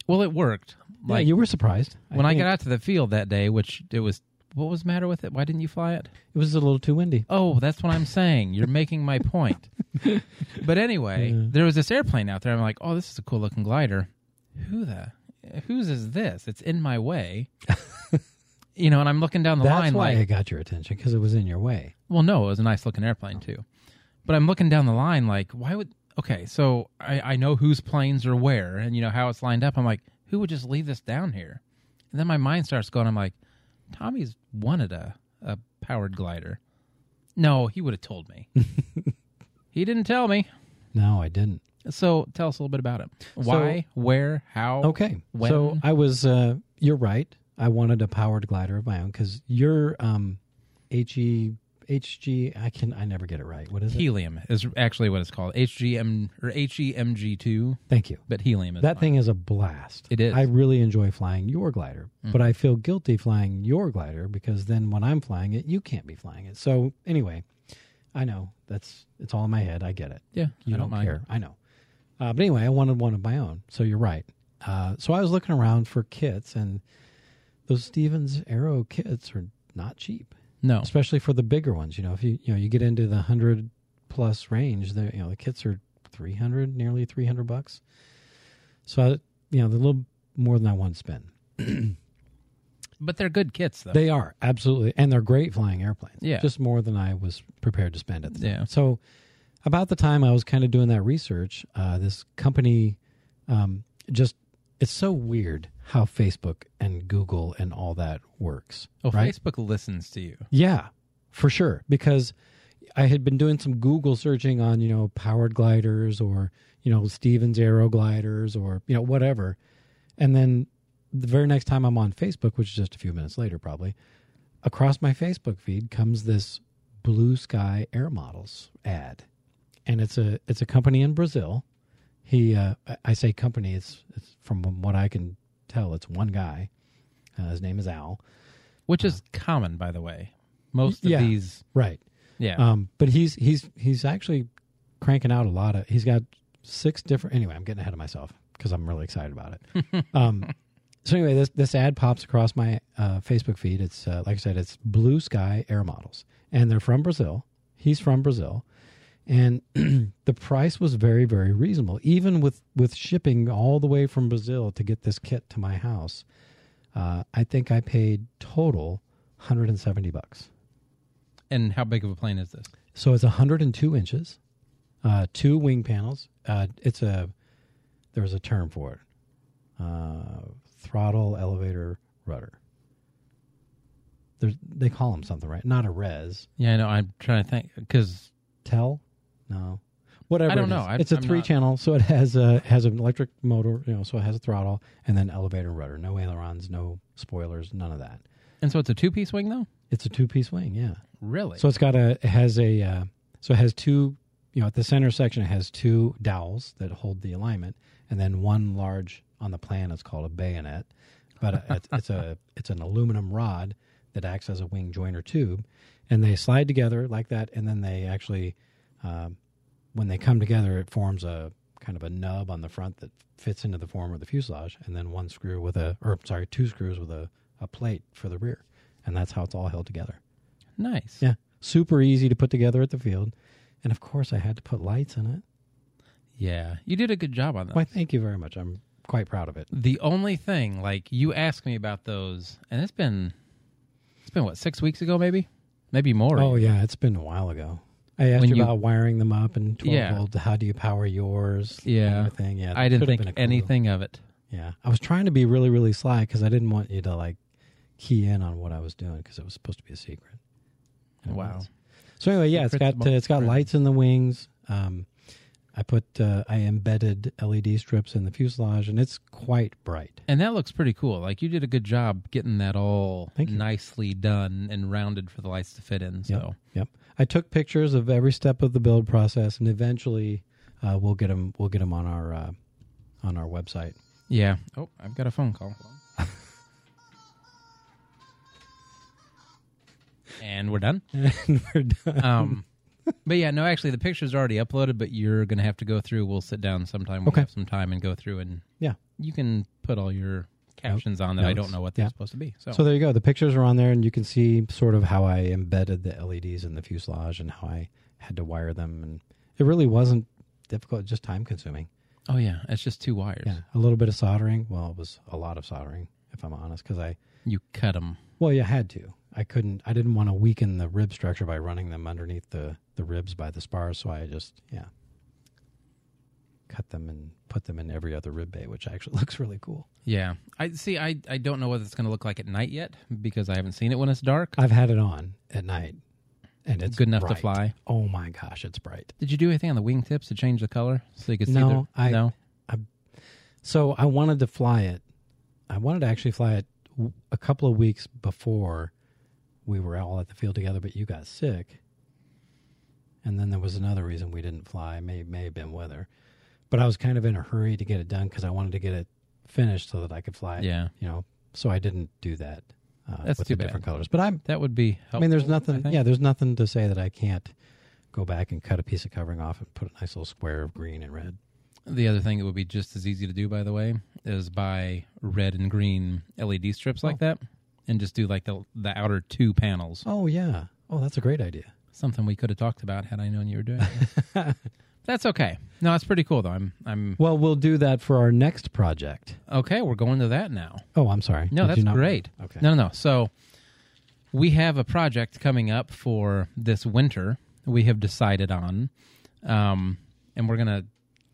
[SPEAKER 2] Well, it worked.
[SPEAKER 3] Like
[SPEAKER 2] Like
[SPEAKER 3] you were surprised
[SPEAKER 2] when I,
[SPEAKER 3] think.
[SPEAKER 2] got out to the field that day, which it was. What was the matter with it? Why didn't you fly it?
[SPEAKER 3] It was a little too windy.
[SPEAKER 2] Oh, that's what I'm saying. You're making my point. but anyway, there was this airplane out there. I'm like, oh, this is a cool looking glider. Who the? Whose is this? It's in my way. you know, and I'm looking down the
[SPEAKER 3] That's
[SPEAKER 2] line
[SPEAKER 3] why
[SPEAKER 2] like,
[SPEAKER 3] I got your attention because it was in your way.
[SPEAKER 2] Well, no, it was a nice looking airplane too. But I'm looking down the line like, why would okay, so I, I know whose planes are where and you know how it's lined up. I'm like, who would just leave this down here? And then my mind starts going, I'm like, Tommy's wanted a, a powered glider. No, he would have told me. he didn't tell me.
[SPEAKER 3] No, I didn't.
[SPEAKER 2] So tell us a little bit about it. Why, where, how?
[SPEAKER 3] Okay.
[SPEAKER 2] When?
[SPEAKER 3] So I was. Uh, you're right. I wanted a powered glider of my own because your um, HE HG. I can. I never get it right. What is it?
[SPEAKER 2] Helium is actually what it's called. HGM or HEMG2,
[SPEAKER 3] Thank you.
[SPEAKER 2] but helium is
[SPEAKER 3] That
[SPEAKER 2] fine.
[SPEAKER 3] thing is a blast.
[SPEAKER 2] It is. Mm-hmm.
[SPEAKER 3] I really enjoy flying your glider, but I feel guilty flying your glider because then when I'm flying it, you can't be flying it. So anyway, I know that's it's all in my head. I get it.
[SPEAKER 2] Yeah,
[SPEAKER 3] You
[SPEAKER 2] I
[SPEAKER 3] don't,
[SPEAKER 2] don't mind.
[SPEAKER 3] care. I know. Uh, but anyway, I wanted one of my own. So you're right. Uh, so I was looking around for kits, and those Stevens Aero kits are not cheap,
[SPEAKER 2] No.
[SPEAKER 3] especially for the bigger ones. You know, if you you know you get into the hundred plus range, the you know the kits are three hundred, nearly three hundred bucks. So I, you know, they're a little more than I want to spend.
[SPEAKER 2] But they're good kits, though.
[SPEAKER 3] They are absolutely, and they're great flying airplanes.
[SPEAKER 2] Yeah.
[SPEAKER 3] just more than I was prepared to spend at the time.
[SPEAKER 2] Yeah.
[SPEAKER 3] So, about the time I was kind of doing that research, uh, this company um, just it's so weird how Facebook and Google and all that works.
[SPEAKER 2] oh,
[SPEAKER 3] right?
[SPEAKER 2] Facebook listens to you.
[SPEAKER 3] Yeah, for sure. Because I had been doing some Google searching on, you know, powered gliders or, you know, Stevens aero gliders or, you know, whatever. And then the very next time I'm on Facebook, which is just a few minutes later probably, across my Facebook feed comes this Blue Sky Air Models ad. And it's a it's a company in Brazil. He uh, I- I say company, it's, it's from what I can tell, it's one guy. Uh, his name is Al.
[SPEAKER 2] which is common, by the way. Most of
[SPEAKER 3] yeah.
[SPEAKER 2] these, uh,
[SPEAKER 3] Right.
[SPEAKER 2] yeah,
[SPEAKER 3] Um, but he's he's he's actually cranking out a lot of. He's got six different. Anyway, I'm getting ahead of myself because I'm really excited about it. um, so anyway, this this ad pops across my uh, Facebook feed. It's uh, like I said, it's Blue Sky Air Models, and they're from Brazil. He's from Brazil, and the price was very very reasonable, even with with shipping all the way from Brazil to get this kit to my house. Uh, I think I paid total 170 bucks.
[SPEAKER 2] and how big of a plane is this?
[SPEAKER 3] So it's 102 inches, uh, two wing panels. Uh, it's a there's a term for it. Uh, throttle, elevator, rudder. There's, they call them something, right? Not a res.
[SPEAKER 2] Yeah, I know. I'm trying to think because
[SPEAKER 3] Tell? No. Whatever.
[SPEAKER 2] I don't
[SPEAKER 3] it
[SPEAKER 2] know.
[SPEAKER 3] is.
[SPEAKER 2] I-
[SPEAKER 3] it's a
[SPEAKER 2] I'm not-
[SPEAKER 3] three channel, so it has a has an electric motor, you know, so it has a throttle and then elevator and rudder. No ailerons, no spoilers, none of that.
[SPEAKER 2] and so it's a two piece wing though.
[SPEAKER 3] It's a two piece wing, yeah.
[SPEAKER 2] Really?
[SPEAKER 3] So it's got a it has a uh, so it has two you know at the center section it has two dowels that hold the alignment and then one large on the plan it's called a bayonet but it's, it's a it's an aluminum rod that acts as a wing joiner tube and they slide together like that and then they actually um, when they come together it forms a kind of a nub on the front that fits into the form of the fuselage and then one screw with a or sorry two screws with a, a plate for the rear and that's how it's all held together
[SPEAKER 2] nice.
[SPEAKER 3] yeah. Super easy to put together at the field. And of course, I had to put lights in it.
[SPEAKER 2] Yeah, you did a good job on that.
[SPEAKER 3] Why, thank you very much. I'm quite proud of it.
[SPEAKER 2] The only thing, like you asked me about those, and it's been, it's been what six weeks ago, maybe, maybe more.
[SPEAKER 3] Oh, yeah. It's been a while ago. I asked
[SPEAKER 2] When
[SPEAKER 3] you
[SPEAKER 2] you-
[SPEAKER 3] about wiring them up and 12
[SPEAKER 2] Yeah.
[SPEAKER 3] volt. How do you power yours? that
[SPEAKER 2] Yeah.
[SPEAKER 3] kind of Thing. Yeah.
[SPEAKER 2] I
[SPEAKER 3] that
[SPEAKER 2] didn't
[SPEAKER 3] should have
[SPEAKER 2] think
[SPEAKER 3] been a clue.
[SPEAKER 2] anything of it.
[SPEAKER 3] Yeah. I was trying to be really, really sly because I didn't want you to like key in on what I was doing because it was supposed to be a secret. And it
[SPEAKER 2] Wow.
[SPEAKER 3] was. So anyway, yeah, it's
[SPEAKER 2] Secrets
[SPEAKER 3] got uh, it's got
[SPEAKER 2] amongst
[SPEAKER 3] lights in the wings. Um, I put uh, I embedded LED strips in the fuselage, and it's quite bright.
[SPEAKER 2] And that looks pretty cool. Like you did a good job getting that all
[SPEAKER 3] Thank you.
[SPEAKER 2] nicely done and rounded for the lights to fit in. So
[SPEAKER 3] Yep. I took pictures of every step of the build process, and eventually uh, we'll get them. We'll get 'em on our uh, on our website.
[SPEAKER 2] yeah. Oh, I've got a phone call. and we're done.
[SPEAKER 3] and we're done.
[SPEAKER 2] Um, but yeah, no, actually, the picture's already uploaded, but you're going to have to go through. We'll sit down sometime. We'll
[SPEAKER 3] Okay.
[SPEAKER 2] have some time and go through, and
[SPEAKER 3] Yeah.
[SPEAKER 2] you can put all your captions on that. I
[SPEAKER 3] Notes.
[SPEAKER 2] don't know what they're
[SPEAKER 3] Yeah.
[SPEAKER 2] supposed to be. So,
[SPEAKER 3] So there you go. The pictures are on there, and you can see sort of how I embedded the LEDs in the fuselage and how I had to wire them. And it really wasn't difficult; just time consuming.
[SPEAKER 2] oh, yeah, it's just two wires.
[SPEAKER 3] Yeah, a little bit of soldering. Well, it was a lot of soldering, if I'm honest, because I
[SPEAKER 2] You cut them.
[SPEAKER 3] well, you had to. I couldn't. I didn't want to weaken the rib structure by running them underneath the the ribs by the spars. So I just yeah, cut them and put them in every other rib bay, which actually looks really cool.
[SPEAKER 2] Yeah. I See, I, I don't know what it's going to look like at night yet because I haven't seen it when it's dark.
[SPEAKER 3] I've had it on at night, and it's
[SPEAKER 2] Good enough to
[SPEAKER 3] bright.
[SPEAKER 2] fly?
[SPEAKER 3] Oh my gosh, it's bright.
[SPEAKER 2] Did you do anything on the wingtips to change the color so you could see?
[SPEAKER 3] No,
[SPEAKER 2] the,
[SPEAKER 3] I-
[SPEAKER 2] no.
[SPEAKER 3] So I wanted to fly it. I wanted to actually fly it w- a couple of weeks before we were all at the field together, but you got sick. And then there was another reason we didn't fly. May may have been weather, but I was kind of in a hurry to get it done because I wanted to get it finished so that I could fly. it,
[SPEAKER 2] Yeah.
[SPEAKER 3] you know. So I didn't do that. Uh,
[SPEAKER 2] That's
[SPEAKER 3] with
[SPEAKER 2] too
[SPEAKER 3] the
[SPEAKER 2] bad.
[SPEAKER 3] different colors, but I'm.
[SPEAKER 2] That would be. Helpful,
[SPEAKER 3] I mean, there's
[SPEAKER 2] I
[SPEAKER 3] nothing.
[SPEAKER 2] think.
[SPEAKER 3] yeah, there's nothing to say that I can't go back and cut a piece of covering off and put a nice little square of green and red.
[SPEAKER 2] The other thing that would be just as easy to do, by the way, is buy red and green LED strips like that, and just do like the the outer two panels.
[SPEAKER 3] Oh yeah. Oh, that's a great idea.
[SPEAKER 2] Something we could have talked about had I known you were doing. it. That's okay. No, it's pretty cool though. I'm I'm
[SPEAKER 3] Well, we'll do that for our next project.
[SPEAKER 2] okay. We're going to that now.
[SPEAKER 3] Oh, I'm sorry.
[SPEAKER 2] No,
[SPEAKER 3] Did
[SPEAKER 2] that's
[SPEAKER 3] you not-
[SPEAKER 2] great.
[SPEAKER 3] Okay.
[SPEAKER 2] No, no, no. So we have a project coming up for this winter. We have decided on, um, and we're gonna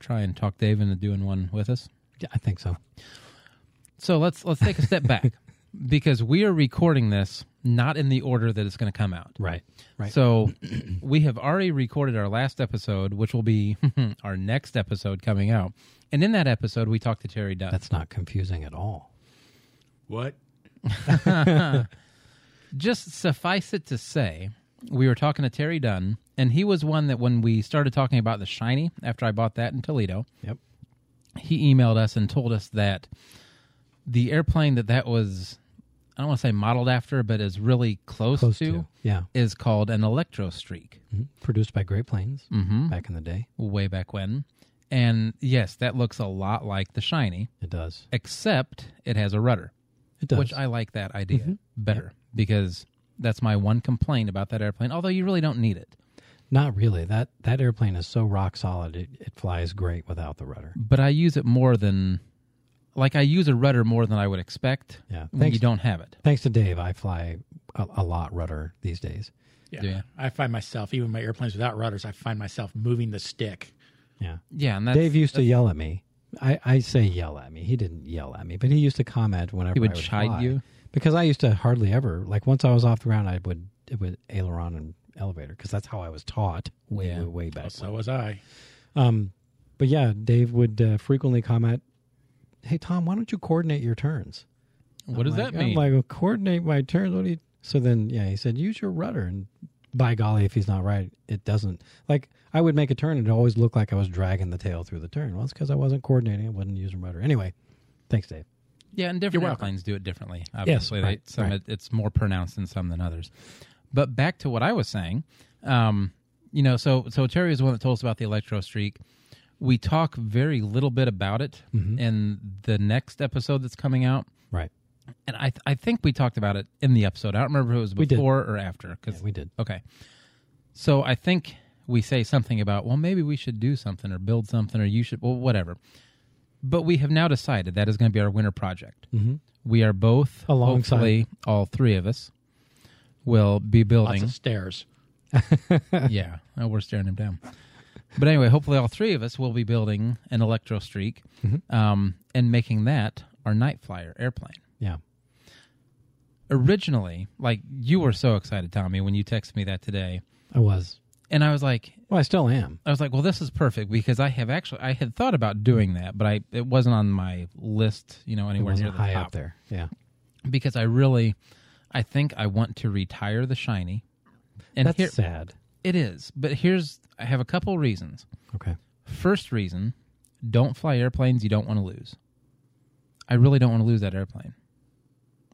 [SPEAKER 2] try and talk Dave into doing one with us.
[SPEAKER 3] Yeah, I think so.
[SPEAKER 2] So let's let's take a step back because we are recording this not in the order that it's going to come out.
[SPEAKER 3] Right. Right.
[SPEAKER 2] So we have already recorded our last episode, which will be our next episode coming out. And in that episode, we talked to Terry Duff.
[SPEAKER 3] that's not confusing at all.
[SPEAKER 4] What?
[SPEAKER 2] just suffice it to say, we were talking to Terry Dunn, and he was one that when we started talking about The Shiny, after I bought that in Toledo,
[SPEAKER 3] Yep.
[SPEAKER 2] he emailed us and told us that the airplane that that was, I don't want to say modeled after, but is really close,
[SPEAKER 3] Close
[SPEAKER 2] to,
[SPEAKER 3] to. Yeah.
[SPEAKER 2] is called an Electro Streak,
[SPEAKER 3] Mhm. Produced by Great Plains
[SPEAKER 2] Mm-hmm.
[SPEAKER 3] back in the day.
[SPEAKER 2] way back when. And yes, that looks a lot like The Shiny,
[SPEAKER 3] It does.
[SPEAKER 2] except it has a rudder.
[SPEAKER 3] It does. Mm-hmm.
[SPEAKER 2] Which I like that idea better because that's my one complaint about that airplane, although you really don't need it.
[SPEAKER 3] Not really. That that airplane is so rock solid. It, it flies great without the rudder.
[SPEAKER 2] But I use it more than, like, I use a rudder more than I would expect
[SPEAKER 3] Yeah.
[SPEAKER 2] when
[SPEAKER 3] Thanks-
[SPEAKER 2] you don't have it.
[SPEAKER 3] Thanks to Dave, I fly a, a lot rudder these days.
[SPEAKER 4] Yeah.
[SPEAKER 2] Yeah.
[SPEAKER 4] I find myself, even my airplanes without rudders, I find myself moving the stick.
[SPEAKER 3] Yeah.
[SPEAKER 2] Yeah, and that's,
[SPEAKER 3] Dave used to yell at me. I, I say yell at me. He didn't yell at me, but he used to comment whenever
[SPEAKER 2] He would
[SPEAKER 3] I
[SPEAKER 2] chide
[SPEAKER 3] fly.
[SPEAKER 2] you?
[SPEAKER 3] because I used to hardly ever like once I was off the ground, I would it would aileron and elevator because that's how I was taught way
[SPEAKER 2] Yeah.
[SPEAKER 3] way, way back.
[SPEAKER 4] So was I.
[SPEAKER 3] when. Um, but yeah, Dave would uh, frequently comment, "Hey Tom, why don't you coordinate your turns?"
[SPEAKER 2] what does
[SPEAKER 3] I'm like-
[SPEAKER 2] that mean?
[SPEAKER 3] I'm like, well, coordinate my turns. What do you? So then, yeah, he said, use your rudder. And by golly, if he's not right, it doesn't. Like I would make a turn, and it always looked like I was dragging the tail through the turn. Well, it's because I wasn't coordinating. I wasn't using rudder. Anyway, thanks, Dave.
[SPEAKER 2] yeah, and different
[SPEAKER 4] You're welcome.
[SPEAKER 2] airplanes do it differently. Obviously, they-
[SPEAKER 3] right,
[SPEAKER 2] some
[SPEAKER 3] right.
[SPEAKER 2] It, it's more pronounced in some than others. But back to what I was saying, um, you know, so so Terry was the one that told us about the electro streak. We talk very little bit about it
[SPEAKER 3] Mm-hmm.
[SPEAKER 2] in the next episode that's coming out.
[SPEAKER 3] Right,
[SPEAKER 2] and I I think we talked about it in the episode. I don't remember if it was
[SPEAKER 3] did.
[SPEAKER 2] before or after. Cause,
[SPEAKER 3] we did.
[SPEAKER 2] Okay. So I think we say something about well maybe we should do something or build something or you should well whatever. But we have now decided that is going to be our winter project. Mm-hmm. We are both
[SPEAKER 3] Alongside.
[SPEAKER 2] hopefully, all three of us will be
[SPEAKER 4] Lots
[SPEAKER 2] building.
[SPEAKER 4] of stairs.
[SPEAKER 2] yeah, oh, we're staring him down. But anyway, hopefully all three of us will be building an electro streak um, and making that our night flyer airplane
[SPEAKER 3] Yeah,
[SPEAKER 2] originally, like you were so excited, Tommy, when you texted me that today,
[SPEAKER 3] I was.
[SPEAKER 2] and I was like,
[SPEAKER 3] Well, I still am.
[SPEAKER 2] I was like, well, this is perfect because I have actually I had thought about doing that, but I it wasn't on my list, you know,
[SPEAKER 3] It
[SPEAKER 2] anywhere near
[SPEAKER 3] wasn't
[SPEAKER 2] the
[SPEAKER 3] high
[SPEAKER 2] top
[SPEAKER 3] up there. Yeah,
[SPEAKER 2] because I really, I think I want to retire the shiny, and
[SPEAKER 3] that's
[SPEAKER 2] here
[SPEAKER 3] sad.
[SPEAKER 2] it is. But here's I have a couple reasons.
[SPEAKER 3] Okay.
[SPEAKER 2] First reason, don't fly airplanes you don't want to lose. I really don't want to lose that airplane.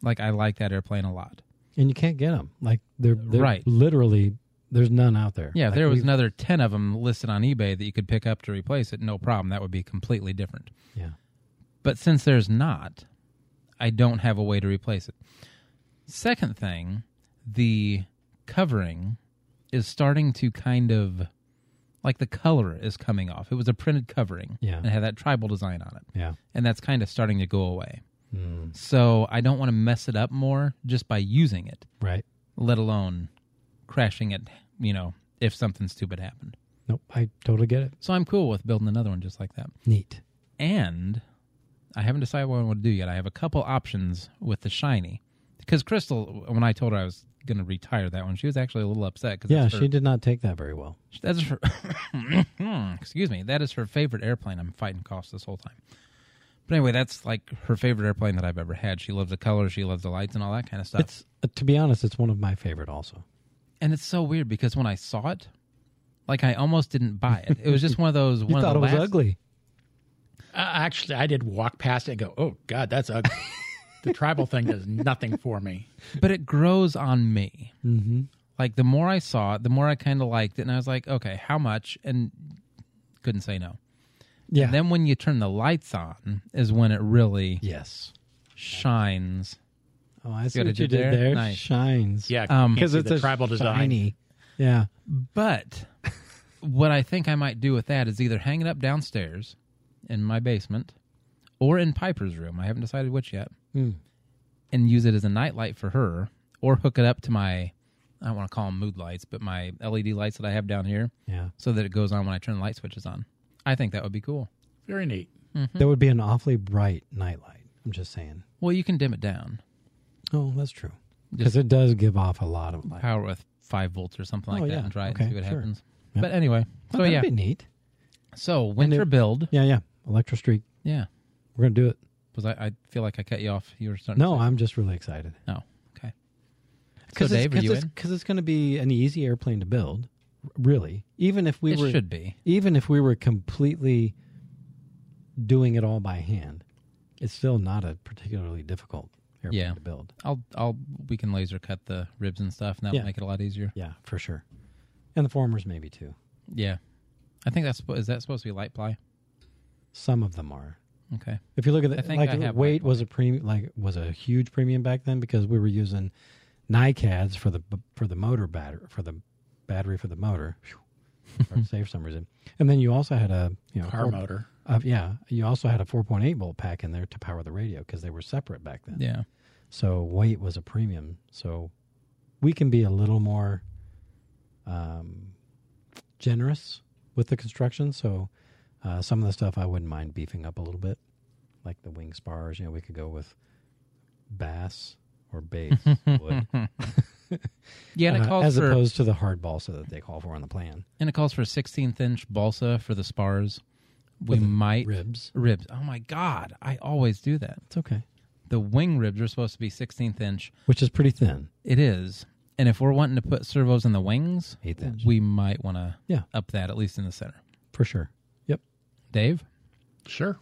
[SPEAKER 2] Like I like that airplane a lot.
[SPEAKER 3] And you can't get them. Like they're, they're
[SPEAKER 2] Right.
[SPEAKER 3] Literally, there's none out there.
[SPEAKER 2] Yeah, if
[SPEAKER 3] Like,
[SPEAKER 2] there was
[SPEAKER 3] we've-
[SPEAKER 2] another 10 of them listed on eBay that you could pick up to replace it, no problem. That would be completely different.
[SPEAKER 3] Yeah.
[SPEAKER 2] But since there's not, I don't have a way to replace it. Second thing, the covering is starting to kind of like the color is coming off. It was a printed covering
[SPEAKER 3] Yeah.
[SPEAKER 2] and it had that tribal design on it.
[SPEAKER 3] Yeah.
[SPEAKER 2] And that's kind of starting to go away.
[SPEAKER 3] Hmm.
[SPEAKER 2] So I don't want to mess it up more just by using it,
[SPEAKER 3] Right.
[SPEAKER 2] let alone crashing it, you know, if something stupid happened.
[SPEAKER 3] Nope. I totally get it.
[SPEAKER 2] So I'm cool with building another one just like that.
[SPEAKER 3] Neat.
[SPEAKER 2] And I haven't decided what I want to do yet. I have a couple options with the shiny because Crystal, when I told her I was going to retire that one, she was actually a little upset. Cause
[SPEAKER 3] Yeah,
[SPEAKER 2] that's her,
[SPEAKER 3] she did not take that very well.
[SPEAKER 2] That's her. excuse me. That is her favorite airplane. I'm fighting coughs this whole time. But anyway, that's like her favorite airplane that I've ever had. She loves the colors, she loves the lights, and all that kind of stuff.
[SPEAKER 3] It's uh, to be honest, it's one of my favorite also.
[SPEAKER 2] and it's so weird because when I saw it, like I almost didn't buy it. It was just one of those. one of the last,
[SPEAKER 4] Uh, actually, I did walk past it and go, oh, God, that's ugly. the tribal thing does nothing for me.
[SPEAKER 2] but it grows on me. Mm-hmm. Like the more I saw it, the more I kind of liked it, and I was like, okay, how much? And couldn't say no.
[SPEAKER 3] Yeah.
[SPEAKER 2] And then when you turn the lights on, is when it really
[SPEAKER 3] yes.
[SPEAKER 2] shines.
[SPEAKER 3] Oh, I see
[SPEAKER 2] what
[SPEAKER 3] what
[SPEAKER 2] you
[SPEAKER 3] you
[SPEAKER 2] did
[SPEAKER 3] did
[SPEAKER 2] there?
[SPEAKER 3] there.
[SPEAKER 2] Nice.
[SPEAKER 3] Shines.
[SPEAKER 4] Yeah.
[SPEAKER 2] Um,
[SPEAKER 4] because it's the tribal design.
[SPEAKER 3] shiny. Yeah.
[SPEAKER 2] But what I think I might do with that is either hang it up downstairs in my basement or in Piper's room. I haven't decided which yet.
[SPEAKER 3] Hmm.
[SPEAKER 2] And use it as a nightlight for her or hook it up to my, I don't want to call them mood lights, but my LED lights that I have down here
[SPEAKER 3] Yeah.
[SPEAKER 2] so that it goes on when I turn the light switches on. I think that would be cool.
[SPEAKER 4] Very neat.
[SPEAKER 2] Mm-hmm.
[SPEAKER 3] That would be an awfully bright nightlight. I'm just saying.
[SPEAKER 2] Well, you can dim it down.
[SPEAKER 3] Oh, that's true. Because
[SPEAKER 2] Just-
[SPEAKER 3] it does give off a lot of light.
[SPEAKER 2] Power it with five volts or something like
[SPEAKER 3] Oh,
[SPEAKER 2] that
[SPEAKER 3] yeah.
[SPEAKER 2] and try it
[SPEAKER 3] Okay,
[SPEAKER 2] and see what
[SPEAKER 3] sure.
[SPEAKER 2] happens.
[SPEAKER 3] Yeah.
[SPEAKER 2] But anyway, so
[SPEAKER 3] Oh, that'd
[SPEAKER 2] yeah.
[SPEAKER 3] be neat.
[SPEAKER 2] So winter
[SPEAKER 3] it-
[SPEAKER 2] build.
[SPEAKER 3] Yeah, yeah. Electro Street.
[SPEAKER 2] Yeah.
[SPEAKER 3] We're gonna do it.
[SPEAKER 2] Was I, I feel like I cut you off. You were starting
[SPEAKER 3] No,
[SPEAKER 2] to
[SPEAKER 3] I'm just really excited.
[SPEAKER 2] say, No. Oh, Okay. So
[SPEAKER 3] Because
[SPEAKER 2] Dave, are you
[SPEAKER 3] it's,
[SPEAKER 2] in?
[SPEAKER 3] 'cause it's going to be an easy airplane to build, r- really. Even if we
[SPEAKER 2] it
[SPEAKER 3] were
[SPEAKER 2] should be.
[SPEAKER 3] even if we were completely doing it all by hand, it's still not a particularly difficult airplane
[SPEAKER 2] Yeah.
[SPEAKER 3] to build.
[SPEAKER 2] I'll I'll we can laser cut the ribs and stuff, and that'll
[SPEAKER 3] Yeah.
[SPEAKER 2] make it a lot easier.
[SPEAKER 3] Yeah, for sure. And the formers maybe too.
[SPEAKER 2] Yeah, I think that's suppo- is that supposed to be light ply?
[SPEAKER 3] Some of them are.
[SPEAKER 2] Okay,
[SPEAKER 3] If you look at the
[SPEAKER 2] I think
[SPEAKER 3] like
[SPEAKER 2] I have
[SPEAKER 3] weight
[SPEAKER 2] like-
[SPEAKER 3] was a premium like was a huge premium back then because we were using NICADs for the for the motor battery for the battery for the motor. Phew. Or save for some reason. And then you also had a you know
[SPEAKER 4] Car
[SPEAKER 3] four-
[SPEAKER 4] motor.
[SPEAKER 3] uh, yeah, you also had a 4.8 volt pack in there to power the radio because they were separate back then.
[SPEAKER 2] yeah,
[SPEAKER 3] So weight was a premium. So we can be a little more um, generous with the construction. So uh, some of the stuff I wouldn't mind beefing up a little bit, like the wing spars. You know, we could go with bass or base wood
[SPEAKER 2] yeah. And it
[SPEAKER 3] uh,
[SPEAKER 2] calls
[SPEAKER 3] as
[SPEAKER 2] for
[SPEAKER 3] opposed to the hard balsa that they call for on the plan.
[SPEAKER 2] and it calls for sixteenth inch balsa for the spars. We
[SPEAKER 3] For the
[SPEAKER 2] might
[SPEAKER 3] ribs.
[SPEAKER 2] ribs. Oh my god, I always do that.
[SPEAKER 3] It's okay,
[SPEAKER 2] The wing ribs are supposed to be sixteenth inch.
[SPEAKER 3] which is pretty thin.
[SPEAKER 2] It is, and if we're wanting to put servos in the wings,
[SPEAKER 3] Eighth inch.
[SPEAKER 2] we might want to
[SPEAKER 3] Yeah.
[SPEAKER 2] up that at least in the center.
[SPEAKER 3] for sure. Yep,
[SPEAKER 2] Dave,
[SPEAKER 4] Sure.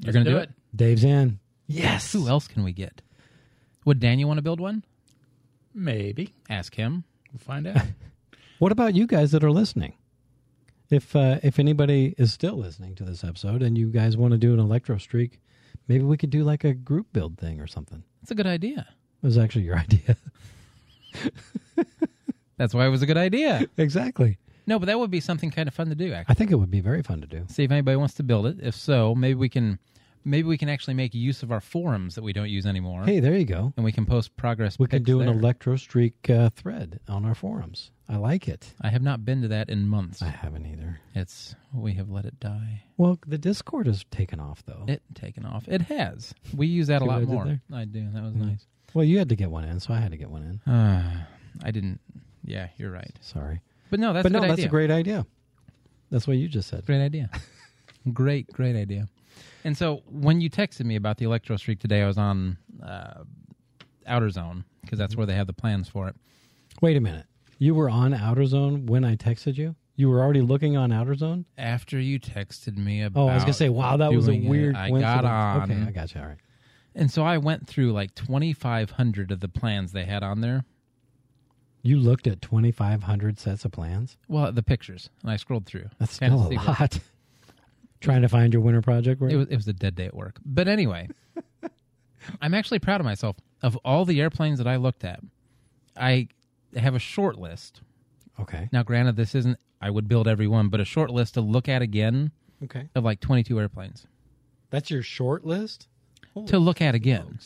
[SPEAKER 2] you're
[SPEAKER 4] Let's
[SPEAKER 2] gonna do, it.
[SPEAKER 3] Dave's in.
[SPEAKER 4] Yes.
[SPEAKER 2] Who else can we get? Would Daniel want to build one?
[SPEAKER 4] Maybe.
[SPEAKER 2] Ask him.
[SPEAKER 4] We'll find out.
[SPEAKER 3] What about you guys that are listening? If uh, if anybody is still listening to this episode and you guys want to do an electro streak, maybe we could do like a group build thing or something.
[SPEAKER 2] That's a good idea.
[SPEAKER 3] It was actually your idea.
[SPEAKER 2] That's why it was a good idea.
[SPEAKER 3] exactly.
[SPEAKER 2] No, but that would be something kind of fun to do. Actually,
[SPEAKER 3] I think it would be very fun to do.
[SPEAKER 2] see if anybody wants to build it. If so, maybe we can, maybe we can actually make use of our forums that we don't use anymore,
[SPEAKER 3] Hey, there you go.
[SPEAKER 2] and we can post progress.
[SPEAKER 3] We could
[SPEAKER 2] pics
[SPEAKER 3] do an
[SPEAKER 2] there.
[SPEAKER 3] electro streak uh, thread on our forums. I like it.
[SPEAKER 2] I have not been to that in months.
[SPEAKER 3] I haven't either.
[SPEAKER 2] It's we have let it die.
[SPEAKER 3] Well, the Discord has taken off though.
[SPEAKER 2] It taken off. It has. We use that a
[SPEAKER 3] See what I
[SPEAKER 2] lot
[SPEAKER 3] did
[SPEAKER 2] more.
[SPEAKER 3] there? Mm.
[SPEAKER 2] I do. That was nice.
[SPEAKER 3] well, you had to get one in, so I had to get one in.
[SPEAKER 2] Ah, I didn't. Yeah, you're right.
[SPEAKER 3] Sorry,
[SPEAKER 2] But no, that's a
[SPEAKER 3] but no,
[SPEAKER 2] good
[SPEAKER 3] that's
[SPEAKER 2] idea.
[SPEAKER 3] a great idea. That's what you just said.
[SPEAKER 2] Great idea. great, great idea. And so when you texted me about the electro streak today, I was on uh, Outer Zone because
[SPEAKER 3] Mm-hmm.
[SPEAKER 2] that's where they have the plans for it.
[SPEAKER 3] Wait a minute. You were on Outer Zone when I texted you? You were already looking on Outer Zone?
[SPEAKER 2] After you texted me about,
[SPEAKER 3] Oh, I was going to say, wow, that was a
[SPEAKER 2] doing it,
[SPEAKER 3] weird
[SPEAKER 2] I got
[SPEAKER 3] coincidence.
[SPEAKER 2] on.
[SPEAKER 3] Okay, I got you. All right.
[SPEAKER 2] and so I went through like twenty five hundred of the plans they had on there.
[SPEAKER 3] You looked at 2,500 sets of plans?
[SPEAKER 2] Well, the pictures, and I scrolled through.
[SPEAKER 3] That's
[SPEAKER 2] Kinda
[SPEAKER 3] still a
[SPEAKER 2] see what-
[SPEAKER 3] lot. Trying to find your winter project, right?
[SPEAKER 2] It was, it was a dead day at work. But anyway, I'm actually proud of myself. Of all the airplanes that I looked at, I have a short list
[SPEAKER 3] okay.
[SPEAKER 2] Now, granted, this isn't, I would build every one, but a short list to look at again
[SPEAKER 3] Okay.
[SPEAKER 2] of like 22 airplanes
[SPEAKER 3] That's your short list?
[SPEAKER 2] to look at again.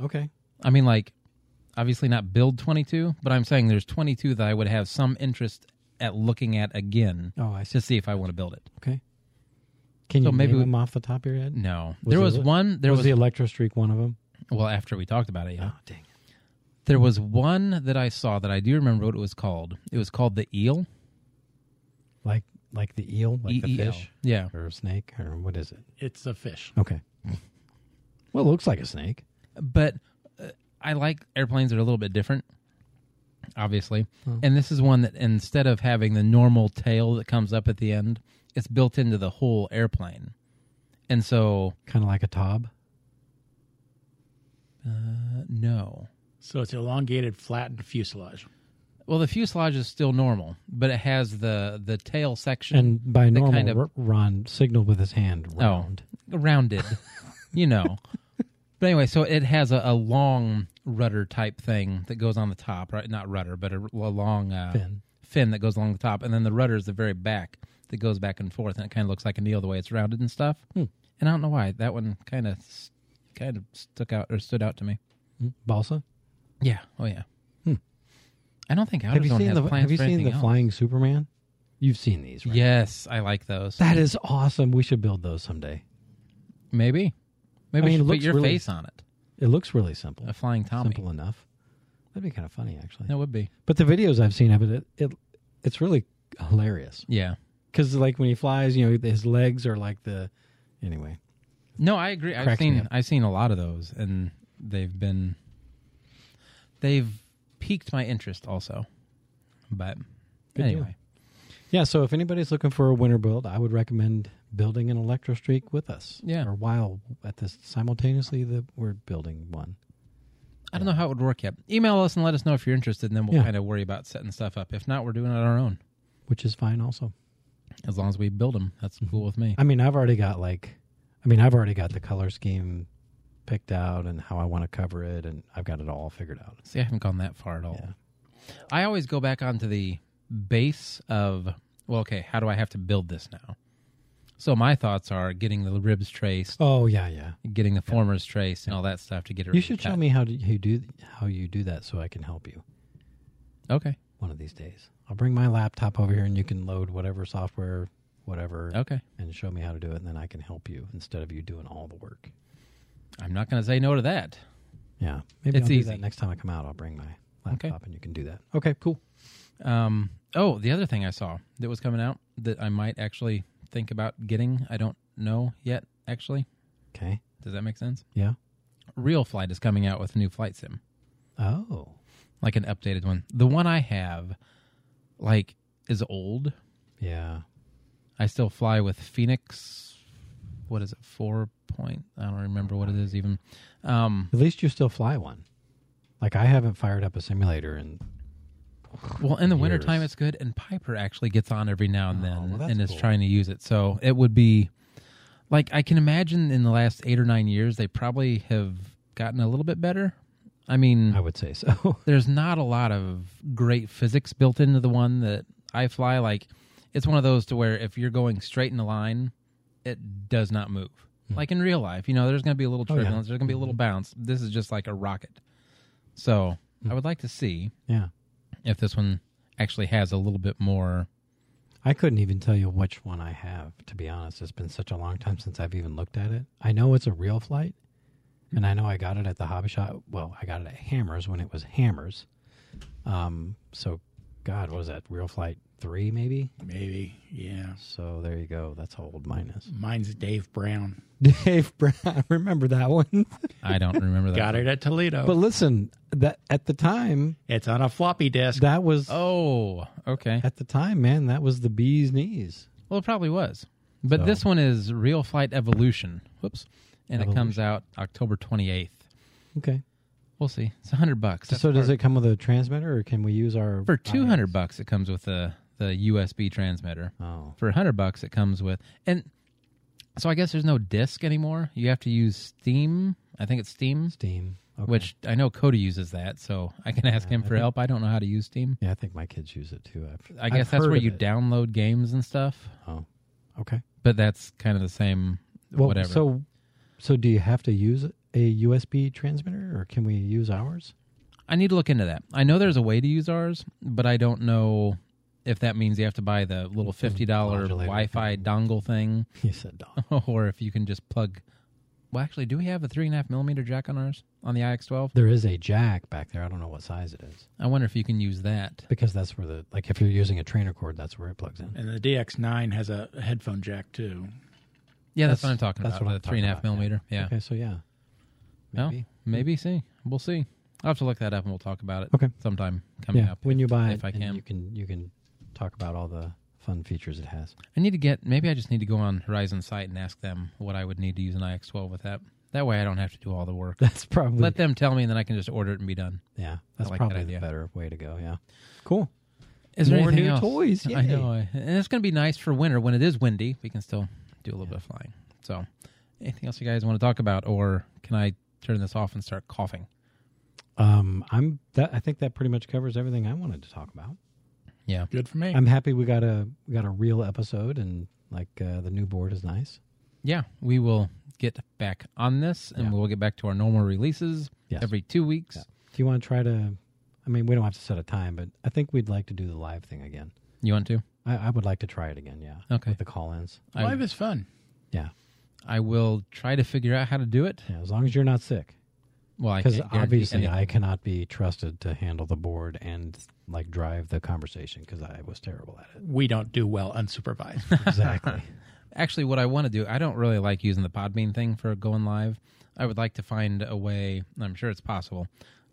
[SPEAKER 3] Okay.
[SPEAKER 2] I mean, like, obviously not build 22, but I'm saying there's 22 that I would have some interest at looking at again
[SPEAKER 3] Oh, I see.
[SPEAKER 2] to see if I want to build it.
[SPEAKER 3] Okay. Can
[SPEAKER 2] So maybe
[SPEAKER 3] you maybe name
[SPEAKER 2] we-
[SPEAKER 3] them off the top of your head?
[SPEAKER 2] No.
[SPEAKER 3] Was
[SPEAKER 2] there
[SPEAKER 3] it
[SPEAKER 2] was
[SPEAKER 3] a-
[SPEAKER 2] one, there
[SPEAKER 3] was,
[SPEAKER 2] was,
[SPEAKER 3] the Electro Streak one of them?
[SPEAKER 2] well, after we talked about it, yeah.
[SPEAKER 3] Oh, dang it.
[SPEAKER 2] There was one that I saw that I do remember what it was called. It was called the eel.
[SPEAKER 3] Like, like the eel? Like the
[SPEAKER 2] EEL.
[SPEAKER 3] fish?
[SPEAKER 2] Yeah.
[SPEAKER 3] Or snake? Or what is it?
[SPEAKER 4] it's a fish.
[SPEAKER 3] Okay. Well, it looks like a snake.
[SPEAKER 2] but uh, I like airplanes that are a little bit different, obviously. And this is one that instead of having the normal tail that comes up at the end, it's built into the whole airplane. And so,
[SPEAKER 3] Kind of like a tob.
[SPEAKER 2] uh, no.
[SPEAKER 4] So it's elongated, flattened fuselage.
[SPEAKER 2] Well, the fuselage is still normal, but it has the the tail section
[SPEAKER 3] And by normal,
[SPEAKER 2] kind of- Oh.
[SPEAKER 3] R- Ron signaled with his hand round.
[SPEAKER 2] rounded, you know. But anyway, so it has a, a long rudder type thing that goes on the top, right? Not rudder, but a, a long uh,
[SPEAKER 3] Fin.
[SPEAKER 2] fin that goes along the top, and then the rudder is the very back that goes back and forth, and it kind of looks like a needle the way it's rounded and stuff.
[SPEAKER 3] Hmm.
[SPEAKER 2] And I don't know why that one kind of kind of stuck out or stood out to me.
[SPEAKER 3] Hmm? Balsa.
[SPEAKER 2] Yeah. Oh yeah. I don't think AutoZone
[SPEAKER 3] Hmm. Have you seen
[SPEAKER 2] has
[SPEAKER 3] the
[SPEAKER 2] plans
[SPEAKER 3] Have you
[SPEAKER 2] for
[SPEAKER 3] seen
[SPEAKER 2] anything
[SPEAKER 3] the
[SPEAKER 2] else.
[SPEAKER 3] Flying Superman? You've seen these, right?
[SPEAKER 2] Yes, I like those.
[SPEAKER 3] That is awesome. We should build those someday.
[SPEAKER 2] Maybe. Maybe
[SPEAKER 3] I mean, it
[SPEAKER 2] you should put
[SPEAKER 3] looks
[SPEAKER 2] your
[SPEAKER 3] really-
[SPEAKER 2] face on it.
[SPEAKER 3] It looks really simple.
[SPEAKER 2] A flying Tommy.
[SPEAKER 3] Simple enough. That'd be kind of funny, actually.
[SPEAKER 2] That would be.
[SPEAKER 3] But the videos I've seen of it, it, it it's really hilarious.
[SPEAKER 2] Yeah.
[SPEAKER 3] Because like when he flies, you know, his legs are like the. Anyway,
[SPEAKER 2] No, I agree. I've
[SPEAKER 3] Cracks me
[SPEAKER 2] seen
[SPEAKER 3] up.
[SPEAKER 2] I've seen a lot of those and they've been they've piqued my interest also. But
[SPEAKER 3] Good deal.
[SPEAKER 2] anyway.
[SPEAKER 3] yeah. So if anybody's looking for a winter build, I would recommend building an electro streak with us.
[SPEAKER 2] Yeah.
[SPEAKER 3] Or while at this simultaneously that we're building one.
[SPEAKER 2] I don't know how it would work yet. Email us and let us know if you're interested and then we'll
[SPEAKER 3] Yeah.
[SPEAKER 2] kind of worry about setting stuff up. If not, we're doing it on our own.
[SPEAKER 3] which is fine also.
[SPEAKER 2] As long as we build them, that's cool with me.
[SPEAKER 3] I mean, I've already got like, I mean, I've already got the color scheme picked out and how I want to cover it, and I've got it all figured out.
[SPEAKER 2] See, I haven't gone that far at all. I always go back onto the base of, well, okay, how do I have to build this now? So my thoughts are getting the ribs traced,
[SPEAKER 3] Oh yeah, yeah.
[SPEAKER 2] getting the formers traced, and all that stuff to get it.
[SPEAKER 3] You should show
[SPEAKER 2] recut.
[SPEAKER 3] me how to, you do how you do that so I can help you
[SPEAKER 2] Okay.
[SPEAKER 3] one of these days. I'll bring my laptop over here and you can load whatever software, whatever,
[SPEAKER 2] Okay.
[SPEAKER 3] and show me how to do it, and then I can help you instead of you doing all the work.
[SPEAKER 2] I'm not going to say no to that.
[SPEAKER 3] Yeah, maybe
[SPEAKER 2] It's
[SPEAKER 3] I'll do
[SPEAKER 2] easy.
[SPEAKER 3] that next time I come out. I'll bring my
[SPEAKER 2] Okay.
[SPEAKER 3] laptop and you can do that. Okay, cool.
[SPEAKER 2] Um, oh, the other thing I saw that was coming out that I might actually think about getting. I don't know yet. Actually,
[SPEAKER 3] Okay.
[SPEAKER 2] does that make sense?
[SPEAKER 3] Yeah.
[SPEAKER 2] Real Flight is coming out with a new flight sim.
[SPEAKER 3] Oh.
[SPEAKER 2] like an updated one. The one I have, like, is old.
[SPEAKER 3] Yeah.
[SPEAKER 2] I still fly with Phoenix. What is it? Four point? I don't remember what it is even. Um,
[SPEAKER 3] At least you still fly one. Like I haven't fired up a simulator and
[SPEAKER 2] well, in the wintertime,
[SPEAKER 3] Years.
[SPEAKER 2] it's good. And Piper actually gets on every now and
[SPEAKER 3] Oh,
[SPEAKER 2] then
[SPEAKER 3] well, that's
[SPEAKER 2] and is
[SPEAKER 3] cool.
[SPEAKER 2] trying to use it. So it would be like I can imagine in the last eight or nine years, they probably have gotten a little bit better. I mean,
[SPEAKER 3] I would say so.
[SPEAKER 2] there's not a lot of great physics built into the one that I fly. Like it's one of those to where if you're going straight in a line, it does not move. Like in real life, you know, there's going to be a little
[SPEAKER 3] Hmm. Oh, yeah. Hmm.
[SPEAKER 2] turbulence, there's going to be a little bounce. This is just like a rocket. So
[SPEAKER 3] Hmm.
[SPEAKER 2] I would like to see
[SPEAKER 3] yeah.
[SPEAKER 2] if this one actually has a little bit more.
[SPEAKER 3] I couldn't even tell you which one I have, to be honest. It's been such a long time since I've even looked at it. I know it's a real flight. And I know I got it at the hobby shop. Well, I got it at Hammers when it was Hammers. Um, so God, what is that? Real flight three, maybe?
[SPEAKER 4] Maybe. Yeah.
[SPEAKER 3] So there you go. That's how old mine is.
[SPEAKER 4] Mine's Dave Brown.
[SPEAKER 3] Dave Brown, remember that one.
[SPEAKER 2] I don't remember that.
[SPEAKER 4] Got it at Toledo.
[SPEAKER 3] but listen, that at the time,
[SPEAKER 4] it's on a floppy disk.
[SPEAKER 3] that was
[SPEAKER 2] Oh, okay.
[SPEAKER 3] at the time, man, that was the bee's knees.
[SPEAKER 2] Well, it probably was. But
[SPEAKER 3] So-
[SPEAKER 2] this one is Real Flight Evolution. Whoops. And it comes out October 28th.
[SPEAKER 3] Okay.
[SPEAKER 2] We'll see. It's 100 bucks. That's
[SPEAKER 3] so does
[SPEAKER 2] part-
[SPEAKER 3] it come with a transmitter, or can we use our
[SPEAKER 2] for 200 bucks it comes with the the USB transmitter.
[SPEAKER 3] Oh,
[SPEAKER 2] For 100 bucks it comes with and so I guess there's no disc anymore. You have to use Steam. I think it's Steam,
[SPEAKER 3] Steam. Okay.
[SPEAKER 2] which I know Cody uses that, so I can ask him for help. I don't know how to use Steam.
[SPEAKER 3] yeah, I think my kids use it too. I've,
[SPEAKER 2] I guess
[SPEAKER 3] I've
[SPEAKER 2] that's
[SPEAKER 3] heard
[SPEAKER 2] where
[SPEAKER 3] of
[SPEAKER 2] you
[SPEAKER 3] it.
[SPEAKER 2] download games and stuff,
[SPEAKER 3] Oh, okay.
[SPEAKER 2] but that's kind of the same
[SPEAKER 3] Well,
[SPEAKER 2] whatever.
[SPEAKER 3] So, so do you have to use a USB transmitter, or can we use ours?
[SPEAKER 2] I need to look into that. I know there's a way to use ours, but I don't know if that means you have to buy the little $50
[SPEAKER 3] Modulator
[SPEAKER 2] Wi-Fi dongle thing.
[SPEAKER 3] You said dog.
[SPEAKER 2] or if you can just plug. Well, actually, do we have a three and a half millimeter jack on ours on the IX12?
[SPEAKER 3] There is a jack back there. I don't know what size it is
[SPEAKER 2] I wonder if you can use that.
[SPEAKER 3] because that's where the like if you're using a trainer cord, that's where it plugs in.
[SPEAKER 4] and the DX9 has a headphone jack too.
[SPEAKER 2] Yeah, that's,
[SPEAKER 3] That's-
[SPEAKER 2] what I'm talking
[SPEAKER 3] that's
[SPEAKER 2] about.
[SPEAKER 3] what
[SPEAKER 2] the
[SPEAKER 3] I'm
[SPEAKER 2] three and a half
[SPEAKER 3] talking about,
[SPEAKER 2] millimeter. Yeah.
[SPEAKER 3] Okay, so yeah,
[SPEAKER 2] Well,
[SPEAKER 3] maybe.
[SPEAKER 2] maybe see. We'll see. I'll have to look that up and we'll talk about it
[SPEAKER 3] Okay.
[SPEAKER 2] sometime coming
[SPEAKER 3] yeah.
[SPEAKER 2] up.
[SPEAKER 3] when you buy
[SPEAKER 2] if
[SPEAKER 3] it,
[SPEAKER 2] I
[SPEAKER 3] and
[SPEAKER 2] can.
[SPEAKER 3] you can you can talk about all the fun features it has.
[SPEAKER 2] I need to get maybe I just need to go on Horizon site and ask them what I would need to use an IX12 with that. That way I don't have to do all the work.
[SPEAKER 3] That's probably
[SPEAKER 2] Let them tell me and then I can just order it and be done.
[SPEAKER 3] yeah. That's
[SPEAKER 2] like that
[SPEAKER 3] probably the
[SPEAKER 2] idea.
[SPEAKER 3] better way to go. Yeah, cool.
[SPEAKER 2] Is there
[SPEAKER 3] More
[SPEAKER 2] anything
[SPEAKER 3] new
[SPEAKER 2] else?
[SPEAKER 3] toys,
[SPEAKER 2] I
[SPEAKER 3] yay.
[SPEAKER 2] know. I- And it's going to be nice for winter when it is windy. We can still do a little bit of flying. So, anything else you guys want to talk about, or can I turn this off and start coughing?
[SPEAKER 3] Um, I'm that. I think that pretty much covers everything I wanted to talk about.
[SPEAKER 2] Yeah.
[SPEAKER 4] Good for me.
[SPEAKER 3] I'm happy we got a we got a real episode, and like uh, the new board is nice.
[SPEAKER 2] Yeah. We will get back on this and
[SPEAKER 3] Yeah.
[SPEAKER 2] we'll get back to our normal releases
[SPEAKER 3] Yes.
[SPEAKER 2] every two weeks.
[SPEAKER 3] Yeah. Do you want to try to? I mean, we don't have to set a time, but I think we'd like to do the live thing again.
[SPEAKER 2] You want to?
[SPEAKER 3] I, I would like to try it again. Yeah.
[SPEAKER 2] Okay.
[SPEAKER 3] With the call-ins.
[SPEAKER 2] I-
[SPEAKER 4] Life is fun.
[SPEAKER 3] Yeah.
[SPEAKER 2] I will try to figure out how to do it.
[SPEAKER 3] Yeah. As long as you're not sick,
[SPEAKER 2] Well, I
[SPEAKER 3] because
[SPEAKER 2] can't guarantee
[SPEAKER 3] obviously
[SPEAKER 2] anything.
[SPEAKER 3] I cannot be trusted to handle the board and like drive the conversation because I was terrible at it.
[SPEAKER 4] We don't do well unsupervised.
[SPEAKER 3] Exactly.
[SPEAKER 2] actually what I want to do, I don't really like using the Podbean thing for going live. I would like to find a way, and I'm sure it's possible,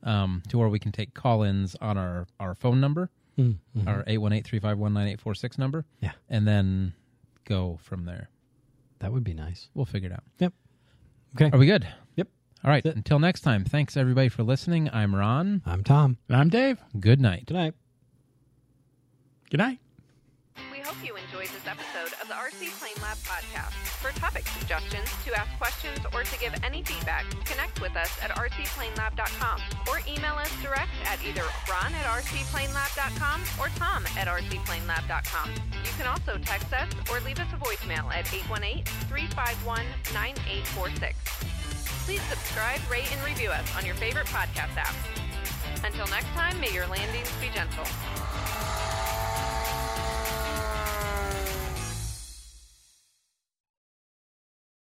[SPEAKER 2] um, to where we can take call-ins on our our phone number,
[SPEAKER 3] Mm,
[SPEAKER 2] our 818-351-9846 number.
[SPEAKER 3] Yeah.
[SPEAKER 2] And then go from there.
[SPEAKER 3] that would be nice.
[SPEAKER 2] We'll figure it out.
[SPEAKER 3] Yep. Okay.
[SPEAKER 2] Are we good?
[SPEAKER 3] Yep.
[SPEAKER 2] All right,
[SPEAKER 3] That's it.
[SPEAKER 2] until next time. Thanks everybody for listening. I'm Ron.
[SPEAKER 3] I'm Tom.
[SPEAKER 4] and I'm Dave.
[SPEAKER 2] Good night.
[SPEAKER 3] Good night.
[SPEAKER 4] Good night.
[SPEAKER 6] We hope you enjoyed this episode of the RC Plane Lab podcast. For topic suggestions, to ask questions, or to give any feedback, connect with us at rcplanelab.com or email us direct at either ron at rcplanelab.com or tom at rcplanelab.com. You can also text us or leave us a voicemail at 818-351-9846. Please subscribe, rate, and review us on your favorite podcast app. Until next time, may your landings be gentle.